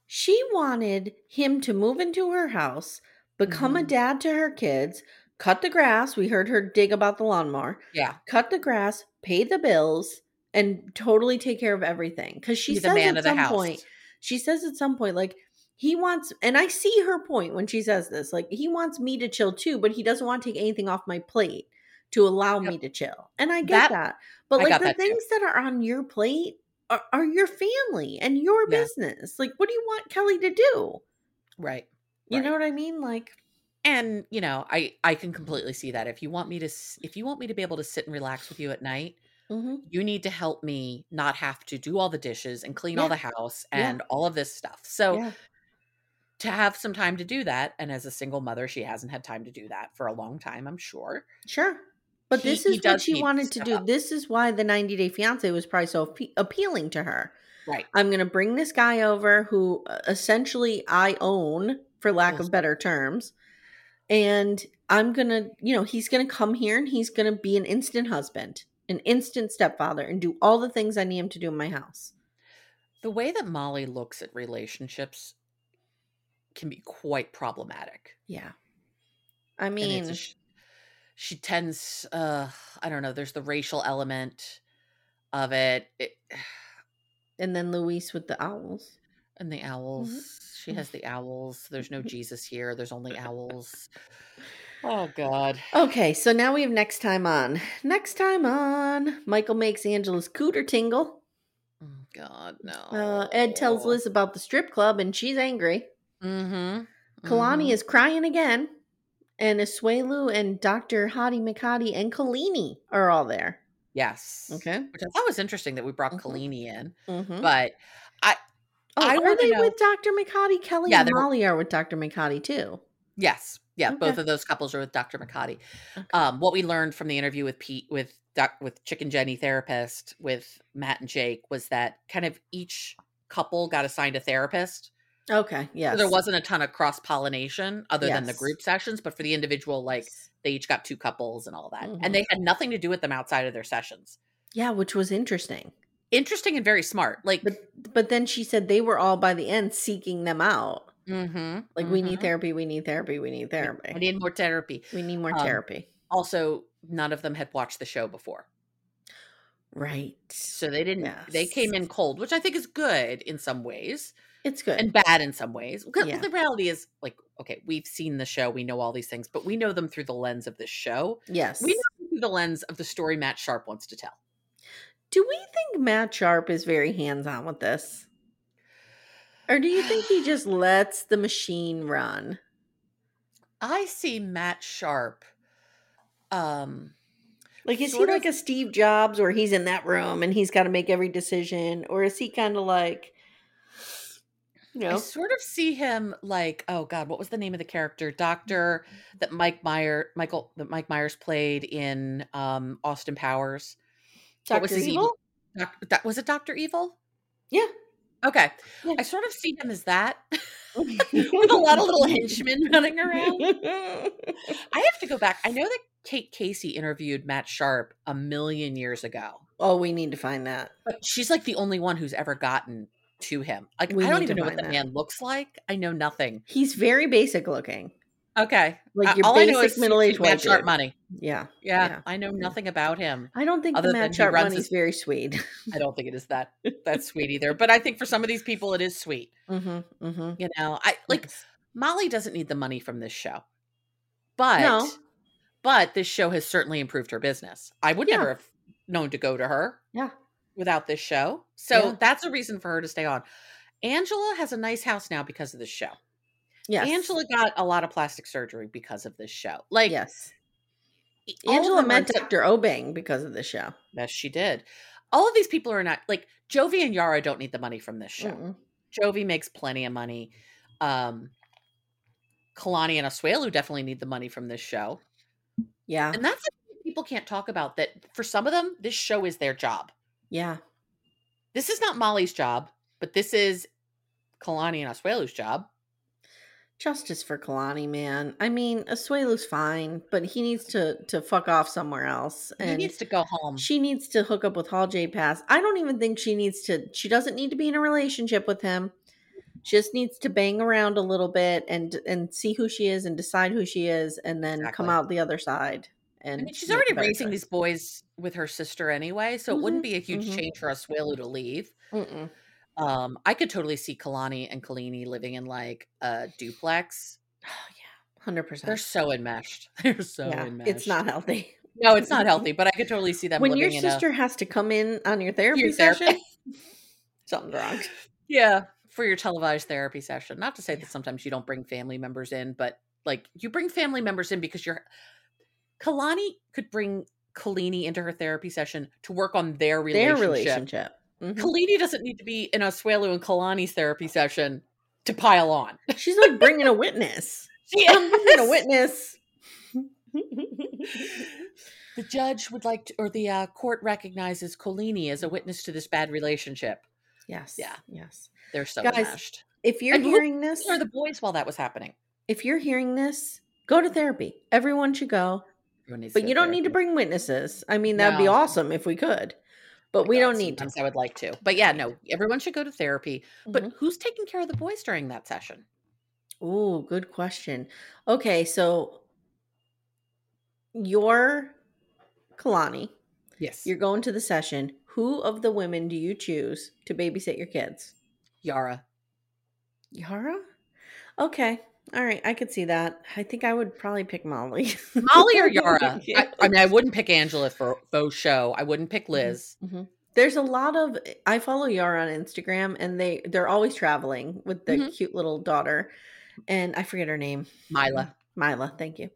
She wanted him to move into her house, become a Mhm. dad to her kids, cut the grass. We heard her dig about the lawnmower, yeah cut the grass, pay the bills, and totally take care of everything. Because she he's says the man at of the some house point, she says at some point like he wants and i see her point when she says this like he wants me to chill too but he doesn't want to take anything off my plate to allow Yep. me to chill and i get that, That- but I like got the that too. things that are on your plate are, are your family and your Yeah. business like what do you want kelly to do right you Right. know what i mean like and you know i i can completely see that if you want me to s- if you want me to be able to sit and relax with you at night mhm. you need to help me not have to do all the dishes and clean Yeah. all the house Yeah. and all of this stuff so yeah to have some time to do that and as a single mother she hasn't had time to do that for a long time i'm sure sure but He- this he is what does she need to wanted to step do up. this is why the 90 day fiance was probably so appe- appealing to her right I'm going to bring this guy over who uh, essentially I own, for lack Yes. of better terms. And I'm going to, you know, he's going to come here and he's going to be an instant husband, an instant stepfather, and do all the things I need him to do in my house. the way that Molly looks at relationships can be quite problematic. Yeah. I And it's a mean, sh- she tends, uh, I don't know, there's the racial element of it, it and then Luis with the owls. and the owls. She has the owls. There's no Jesus here, there's only owls. Oh, God. Okay, so now we have next time on. Next time on, Michael makes Angela's cooter tingle. Oh, God, no. Uh, Ed tells Liz about the strip club and she's angry. Mm hmm. Kalani is crying again, and Asuelu and Dr. Hadi Mikati and Kalini are all there. Yes. Okay. Which I thought was interesting that we brought Mhm. Kalini in, Mm-hmm. but oh, I are wanna they know- with Dr. Mikati? Kelly Yeah, and they were- Molly are with Dr. Mikati too. yes. Yeah, Okay. both of those couples are with Dr. McCarty. Okay. um, what we learned from the interview with Pete with Doc, with Chicken Jenny therapist with Matt and Jake was that kind of each couple got assigned a therapist. okay. Yes. So there wasn't a ton of cross pollination other than the Yes. group sessions, but for the individual, like they each got two couples and all that, Mhm. and they had nothing to do with them outside of their sessions. Yeah, which was interesting. Interesting and very smart. Like, But but then she said they were all by the end seeking them out. Mhm, Like we need mhm. therapy, we need therapy, we need therapy. We need more therapy. we need more um, therapy. Also, none of them had watched the show before, Right. so they didn't. They came Yes. in cold, which I think is good in some ways. It's good. and bad in some ways. Because Yeah. the reality is, like, okay, we've seen the show, we know all these things, but we know them through the lens of this show. yes. We know them through the lens of the story Matt Sharp wants to tell. Do we think Matt Sharp is very hands on with this? Or do you think he just lets the machine run? I see Matt Sharp. Um, Like, is Sort he like of. a Steve Jobs where he's in that room and he's got to make every decision? Or is he kind of like, you I know, sort of see him like, oh God, what was the name of the character? Doctor that Mike Meyer, Michael that Mike Myers played in um Austin Powers. what was Dr. his Evil? Doc, doc- was it Doctor Evil? Yeah. Okay. I sort of see him as that with a lot of little henchmen running around. I have to go back. I know that Kate Casey interviewed Matt Sharp a million years ago, Oh, we need to find that. but she's like the only one who's ever gotten to him. Like We I don't need to even know what find the that. man looks like. I know nothing. He's very basic looking. Okay. Like Uh, your all I know basic is middle-aged Matt white Sharp dude. money. Yeah. Yeah, Yeah. I know nothing about him. I don't think Other the than Matt he Sharp runs money's his- very sweet. I don't think it is that that sweet either. But I think for some of these people, it is sweet. mm-hmm. Mm-hmm. You know, I like Molly doesn't need the money from this show, but No. but this show has certainly improved her business. I would Yeah. never have known to go to her Yeah. without this show, so Yeah. that's a reason for her to stay on. Angela has a nice house now because of this show. Yes. Angela got a lot of plastic surgery because of this show. Like yes. all of Angela them are met di- Dr. Obang because of the show. Yes, she did. All of these people are not like Jovi and Yara don't need the money from this show. Mm-mm. Jovi makes plenty of money. Um Kalani and Oswelu definitely need the money from this show. Yeah. And that's something people can't talk about that for some of them, this show is their job. Yeah. This is not Molly's job, but this is Kalani and Oswelu's job. Justice for Kalani, man. I mean, Asuelu's fine, but he needs to to fuck off somewhere else. he And needs to go home. she needs to hook up with Hall J Pass. I don't even think she needs to she doesn't need to be in a relationship with him. She just needs to bang around a little bit and and see who she is and decide who she is and then come Exactly. out the other side. And I mean, she's make a already better raising choice. these boys with her sister anyway, so it wouldn't be a huge mhm. change for Oswelu to leave. Mm-mm. Um, I could totally see Kalani and Kalini living in like a duplex. Hundred They're percent. so enmeshed. They're so yeah, enmeshed. it's not healthy. No, it's not healthy. But I could totally see them when your living sister has to come in on your therapy Your therapy. session, something's in a wrong. yeah for your televised therapy session. Not to say that sometimes you don't bring family members in, but like you bring family members in because you're Kalani could bring Kalini into her therapy session to work on their Their relationship. relationship. Mhm. Kalini doesn't need to be in Oswelu and Kalani's therapy session to pile on. Mm-hmm. She's like bringing a witness. She I'm bringing a is. witness. The judge would like to, or the uh, court recognizes Colini as a witness to this bad relationship. yes. Yeah. Yes. They're so Guys, enmeshed. If you're And who- hearing this, Where are the boys while that was happening? if you're hearing this, go to therapy. Everyone should go, Everyone needs but go you don't need to therapy. bring witnesses. I mean, that'd be No. awesome if we could, but we God, don't need to. sometimes I would like to, Mm-hmm. but yeah, no. Everyone should go to therapy. But Mhm. who's taking care of the boys during that session? Ooh, good question. Okay, so you're Kalani. Yes, You're going to the session. Who of the women do you choose to babysit your kids? Yara. Yara? Okay. All right. I could see that. I think I would probably pick Molly. Molly or Yara? Yeah. I, I mean, I wouldn't pick Angela for faux show. I wouldn't pick Liz. Mhm. There's a lot of I follow Yara on Instagram and they they're always traveling with the Mhm. cute little daughter and I forget her name. Mila. Mila, thank you.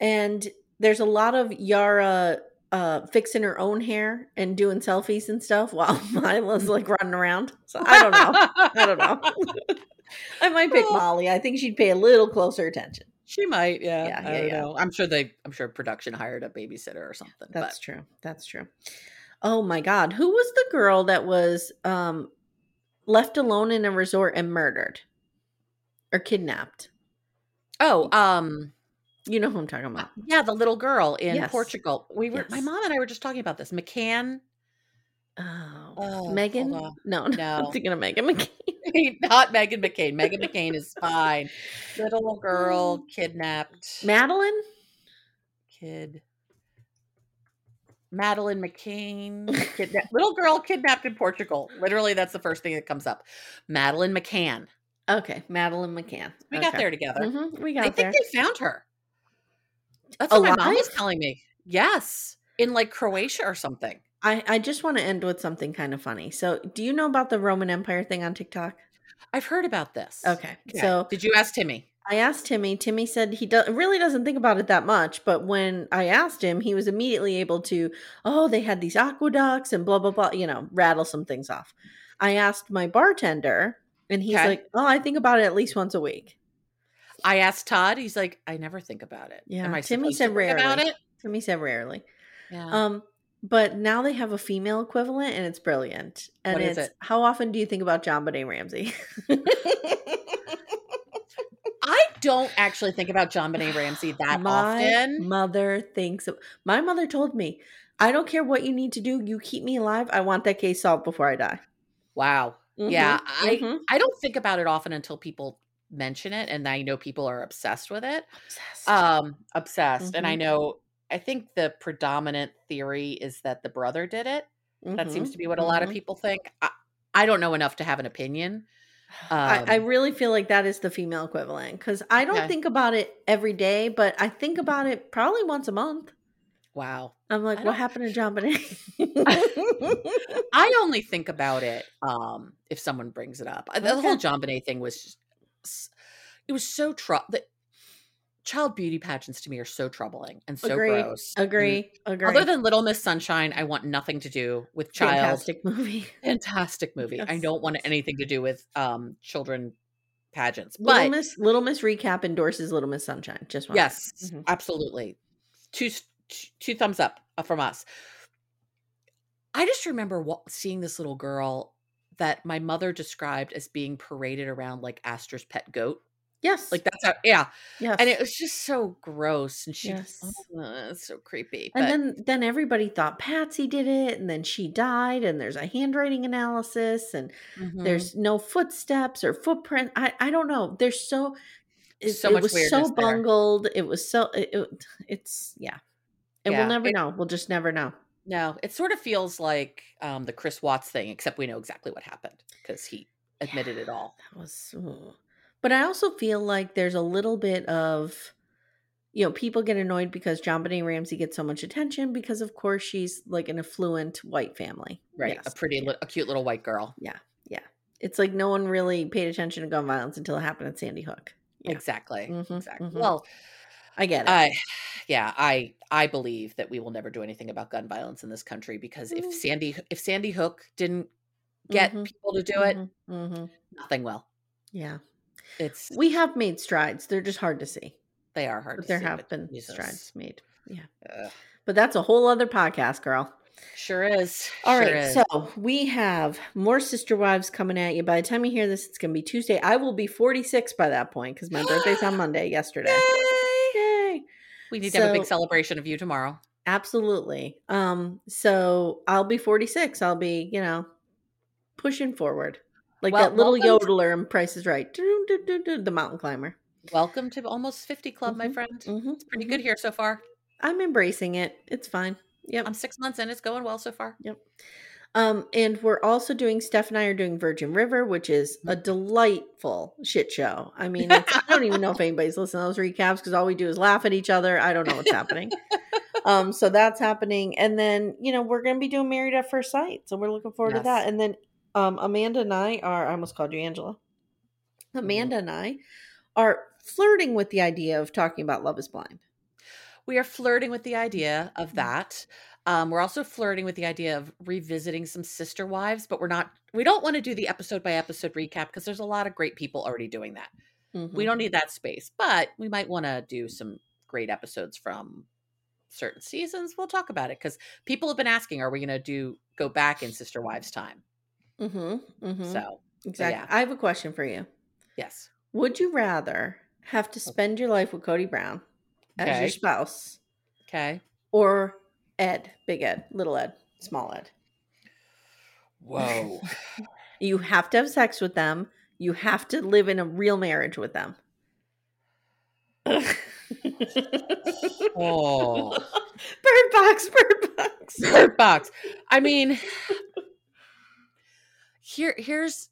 And there's a lot of Yara uh fixing her own hair and doing selfies and stuff while Mila's like running around. So I don't know. I don't know. I might pick Oh. Molly. I think she'd pay a little closer attention. She might, yeah. Yeah, I yeah, don't yeah. know. I'm sure they I'm sure production hired a babysitter or something. That's but true. That's true. Oh my god, who was the girl that was um left alone in a resort and murdered or kidnapped? Oh, um, You know who I'm talking about. yeah, the little girl in Yes. Portugal. We were my Yes. mom and I were just talking about this. McCann. Oh, Oh, Megan? hold on. No, no, No. I'm thinking of Megan McCain. Not Megan McCain. Megan McCain is fine. Little girl kidnapped. Madeline? kid. Madeline McCain. Kidna- little girl kidnapped in Portugal. Literally, that's the first thing that comes up. Madeline McCann. Okay, Madeline McCann. We got there together. hmm we got I there. think they found her. That's what my mom was Alive? telling me. Yes, in like Croatia or something. I, I just want to end with something kind of funny. So, do you know about the Roman Empire thing on TikTok? I've heard about this. Okay. So, did you ask Timmy? I asked Timmy. Timmy said he do- really doesn't think about it that much, but when I asked him, he was immediately able to, oh, they had these aqueducts and blah, blah, blah, you know, rattle some things off. I asked my bartender, and he's Okay. like, oh, I think about it at least once a week. I asked Todd. He's like, I never think about it. Yeah, Am I Timmy supposed said to think about rarely. it? Timmy said rarely. Yeah. Um, but now they have a female equivalent and it's brilliant. And What is it's it? how often do you think about John Bonet Ramsey? I don't actually think about John Benet Ramsey that my often. mother thinks my mother told me, I don't care what you need to do, you keep me alive. I want that case solved before I die. Wow. Yeah, Mhm, I mhm. I don't think about it often until people mention it, and I know people are obsessed with it. Obsessed. Um, obsessed, and I Mhm. know I think the predominant theory is that the brother did it. That seems Mhm, to be what a lot of mhm. people think. I, I don't know enough to have an opinion. I, I Um, really feel like that is the female equivalent because I don't Okay. think about it every day, but I think about it probably once a month. wow, I'm like, what Mm-hmm. I don't- happened to John Bonet? I only think about it um, if someone brings it up. Uh, The Okay. whole John Bonet thing was just, s- it was so trou The child beauty pageants to me are so troubling and so agree, gross. and agree, agree. Other than Little Miss Sunshine, I want nothing to do with child. Fantastic, fantastic movie, movie. I Yes. don't want anything to do with um children pageants. Little But Miss Little Miss recap endorses Little Miss Sunshine. Just one. yes, Mhm. absolutely. Two s- t- two thumbs up uh, from us. I just remember wa- seeing this little girl that my mother described as being paraded around like Astor's pet goat. yes, Like that's how yeah. yes. And it was just so gross and she Yes. Ugh, it's so creepy. And but- then then everybody thought Patsy did it, and then she died, and there's a handwriting analysis, and Mhm. there's no footsteps or footprint. I I don't know. There's so it, So it much was weirdness so there. bungled. It was so it, it- it's yeah. And Yeah, we'll never it- know. We'll just never know. No, it sort of feels like um, the Chris Watts thing, except we know exactly what happened because he admitted it all. That was ooh. But I also feel like there's a little bit of you know, people get annoyed because John Bonet Ramsey gets so much attention because of course she's like an affluent white family. Right, Yes. a pretty, li- a cute little white girl. it's like no one really paid attention to gun violence until it happened at Sandy Hook. Yeah. Exactly, Mhm, exactly. mhm. Well, I get it. I, yeah, I, I believe that we will never do anything about gun violence in this country because Mm. if Sandy, if Sandy Hook didn't get Mhm, people to do it, Mhm, mhm. nothing will. Yeah, It's we have made strides. They're just hard to see, they are hard. but to there see, have been Jesus. strides made. Yeah, Ugh, but that's a whole other podcast, girl. sure is. All right, sure is. so we have more sister wives coming at you. By the time you hear this, it's going to be Tuesday. I will be forty six by that point because my birthday's on Monday. Yesterday. Yay! we need to have a big so- celebration of you tomorrow. Absolutely. Um, so I'll be 46. I'll be, you know, pushing forward. Like Well, that little welcome to- yodeler in Price is Right. Doo, doo, doo, doo, The mountain climber. Welcome to almost fifty club, my Mhm, friend. mhm, It's pretty mhm. good here so far. I'm embracing it. It's fine. Yep. I'm six months in. It's going well so far. Um, and we're also doing Steph and I are doing Virgin River, which is a Mm-hmm. delightful shit show. I mean, it's, I don't even know if anybody's listening to those recaps because all we do is laugh at each other. I don't know what's happening. Um, so that's happening, and then you know we're gonna be doing Married at First Sight, so we're looking forward Yes. to that. And then um, Amanda and I are I almost called you Angela. Mm-hmm. Amanda and I are flirting with the idea of talking about Love Is Blind. We are flirting with the idea of that. Um, we're also flirting with the idea of revisiting some sister wives, but we're not. We don't want to do the episode by episode recap because there's a lot of great people already doing that. We Mm-hmm. don't need that space, but we might want to do some great episodes from certain seasons. We'll talk about it because people have been asking, are we going to do go back in sister wives time? Mm-hmm. Mm-hmm. So exactly. yeah. I have a question for you. yes, Would you rather have to spend your life with Cody Brown as Oh. Okay. your spouse okay. or Ed, Big Ed, Little Ed, Small Ed? Whoa. You have to have sex with them. You have to live in a real marriage with them. oh. Bird box, bird box. bird box. I mean, here here's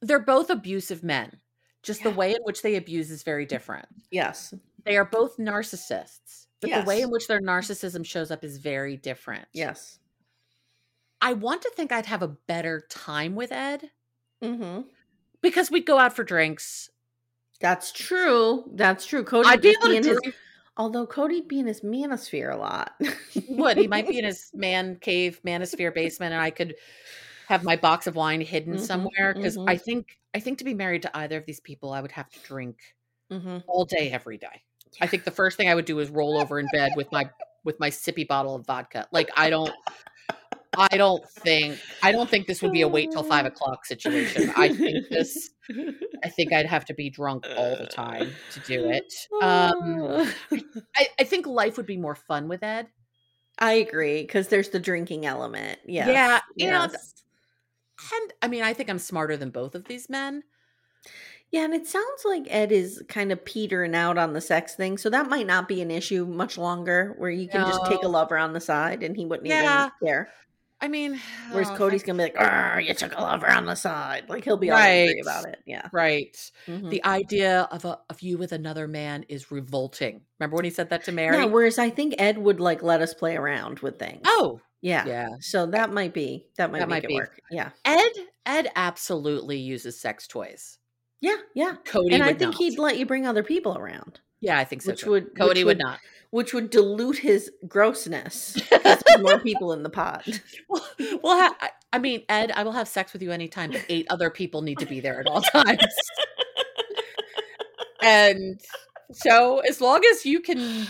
they're both abusive men. Just Yeah. the Mm-hmm. way in which they abuse is very different. Yes. They are both narcissists, but the way Yes. in which their narcissism shows up is very different. Yes. I want to think I'd have a better time with Ed Mm-hmm. because we'd go out for drinks. That's true. That's true. Cody I'd would be just able to in his, drink. although Cody'd be in his manosphere a lot. Would he might be in his man cave, manosphere basement, and I could have my box of wine hidden Mhm, somewhere because I mhm. think I think to be married to either of these people, I would have to drink Mm-hmm. all day every day. I think the first thing I would do is roll over in bed with my with my sippy bottle of vodka. Like I don't, I don't think, I don't think this would be a wait till five o'clock situation. I think this, I think I'd have to be drunk all the time to do it. Ah. Um, Oh. I, I think life would be more fun with Ed. I agree because there's the drinking element. Yes. Yeah, you know, And I mean, I think I'm smarter than both of these men. Yeah, and it sounds like Ed is kind of petering out on the sex thing, so that might not be an issue much longer, where you can just take a No. lover on the side and he wouldn't Yeah. even care. I mean, Whereas oh, Cody's I- gonna be like, "Arr, "You took a lover on the side," like he'll be all angry Right. about it. Yeah, right. Mhm. The idea of a of you with another man is revolting. Remember when he said that to Mary? yeah. Whereas I think Ed would like let us play around with things. oh, yeah, yeah. So that might be that might That make might it be. work. Yeah, Ed Ed absolutely uses sex toys. yeah, yeah. Cody, and I would think not. he'd let you bring other people around, Yeah, I think so. which too. would- Cody which would- would, not. which would dilute his grossness. 'cause there's more people in the pod. Well, we'll ha- I, I mean, Ed, I will have sex with you anytime, but eight other people need to be there at all times. and so, as long as you can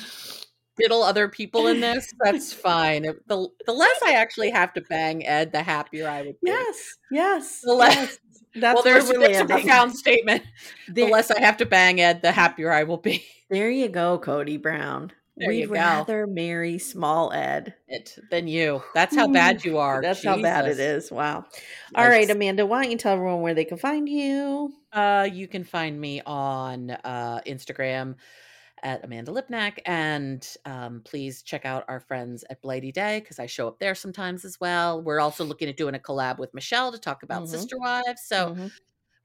diddle other people in this, that's fine. If The, the less I actually have to bang Ed, the happier I would be. Yes, yes. The less. yes. That's well, there's where we're that's a landing. profound statement. There- The less I have to bang Ed, the happier I will be. There you go, Cody Brown. There We'd you go. rather marry small Ed. It than you. That's how bad you are. That's how bad it Jesus. is. Wow. All right, Yikes. Amanda, why don't you tell everyone where they can find you? Uh, you can find me on uh, Instagram at Amanda Lipnack, and um, please check out our friends at Blighty Day because I show up there sometimes as well. We're also looking at doing a collab with Michelle to talk about Mhm. sister wives. So Mhm.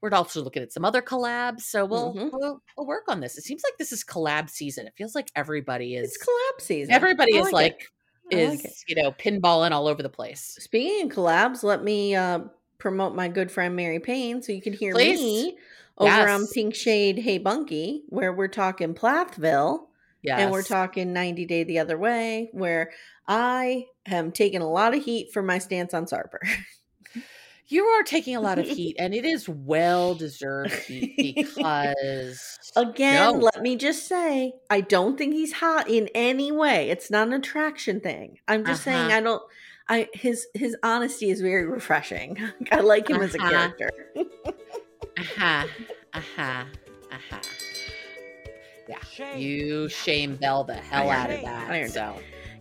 we're also looking at some other collabs. So we'll, Mhm. we'll we'll work on this. It seems like this is collab season. It feels like everybody is it's collab season. everybody I is like like it. I is like it. you know pinballing all over the place. Speaking of collabs, let me uh, promote my good friend Mary Payne so you can hear Please. me over on Yes. Pink Shade Hey Bunky, where we're talking Plathville. Yeah, and we're talking 90 Day the Other Way, where I am taking a lot of heat for my stance on Sarper. You are taking a lot of heat, and it is well deserved heat because Again, No. let me just say, I don't think he's hot in any way. It's not an attraction thing. I'm just saying, Uh-huh. I don't. I his his honesty is very refreshing. I like him as a Uh-huh. character. aha, aha, aha. Yeah, Shame. Uh-huh. you shame Bell the hell out of Iron. that. Iron. So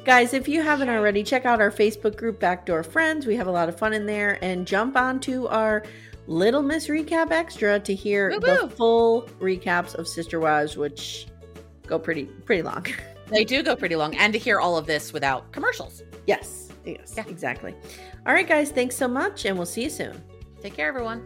Guys, if you haven't already, check out our Facebook group, Backdoor Friends. We have a lot of fun in there. And jump onto our Little Miss Recap Extra to hear the Woo-woo. full recaps of Sister Wives, which go pretty pretty long. they do go pretty long, and to hear all of this without commercials. yes, yes, Yeah. exactly. All right, guys, thanks so much, and we'll see you soon. Take care, everyone.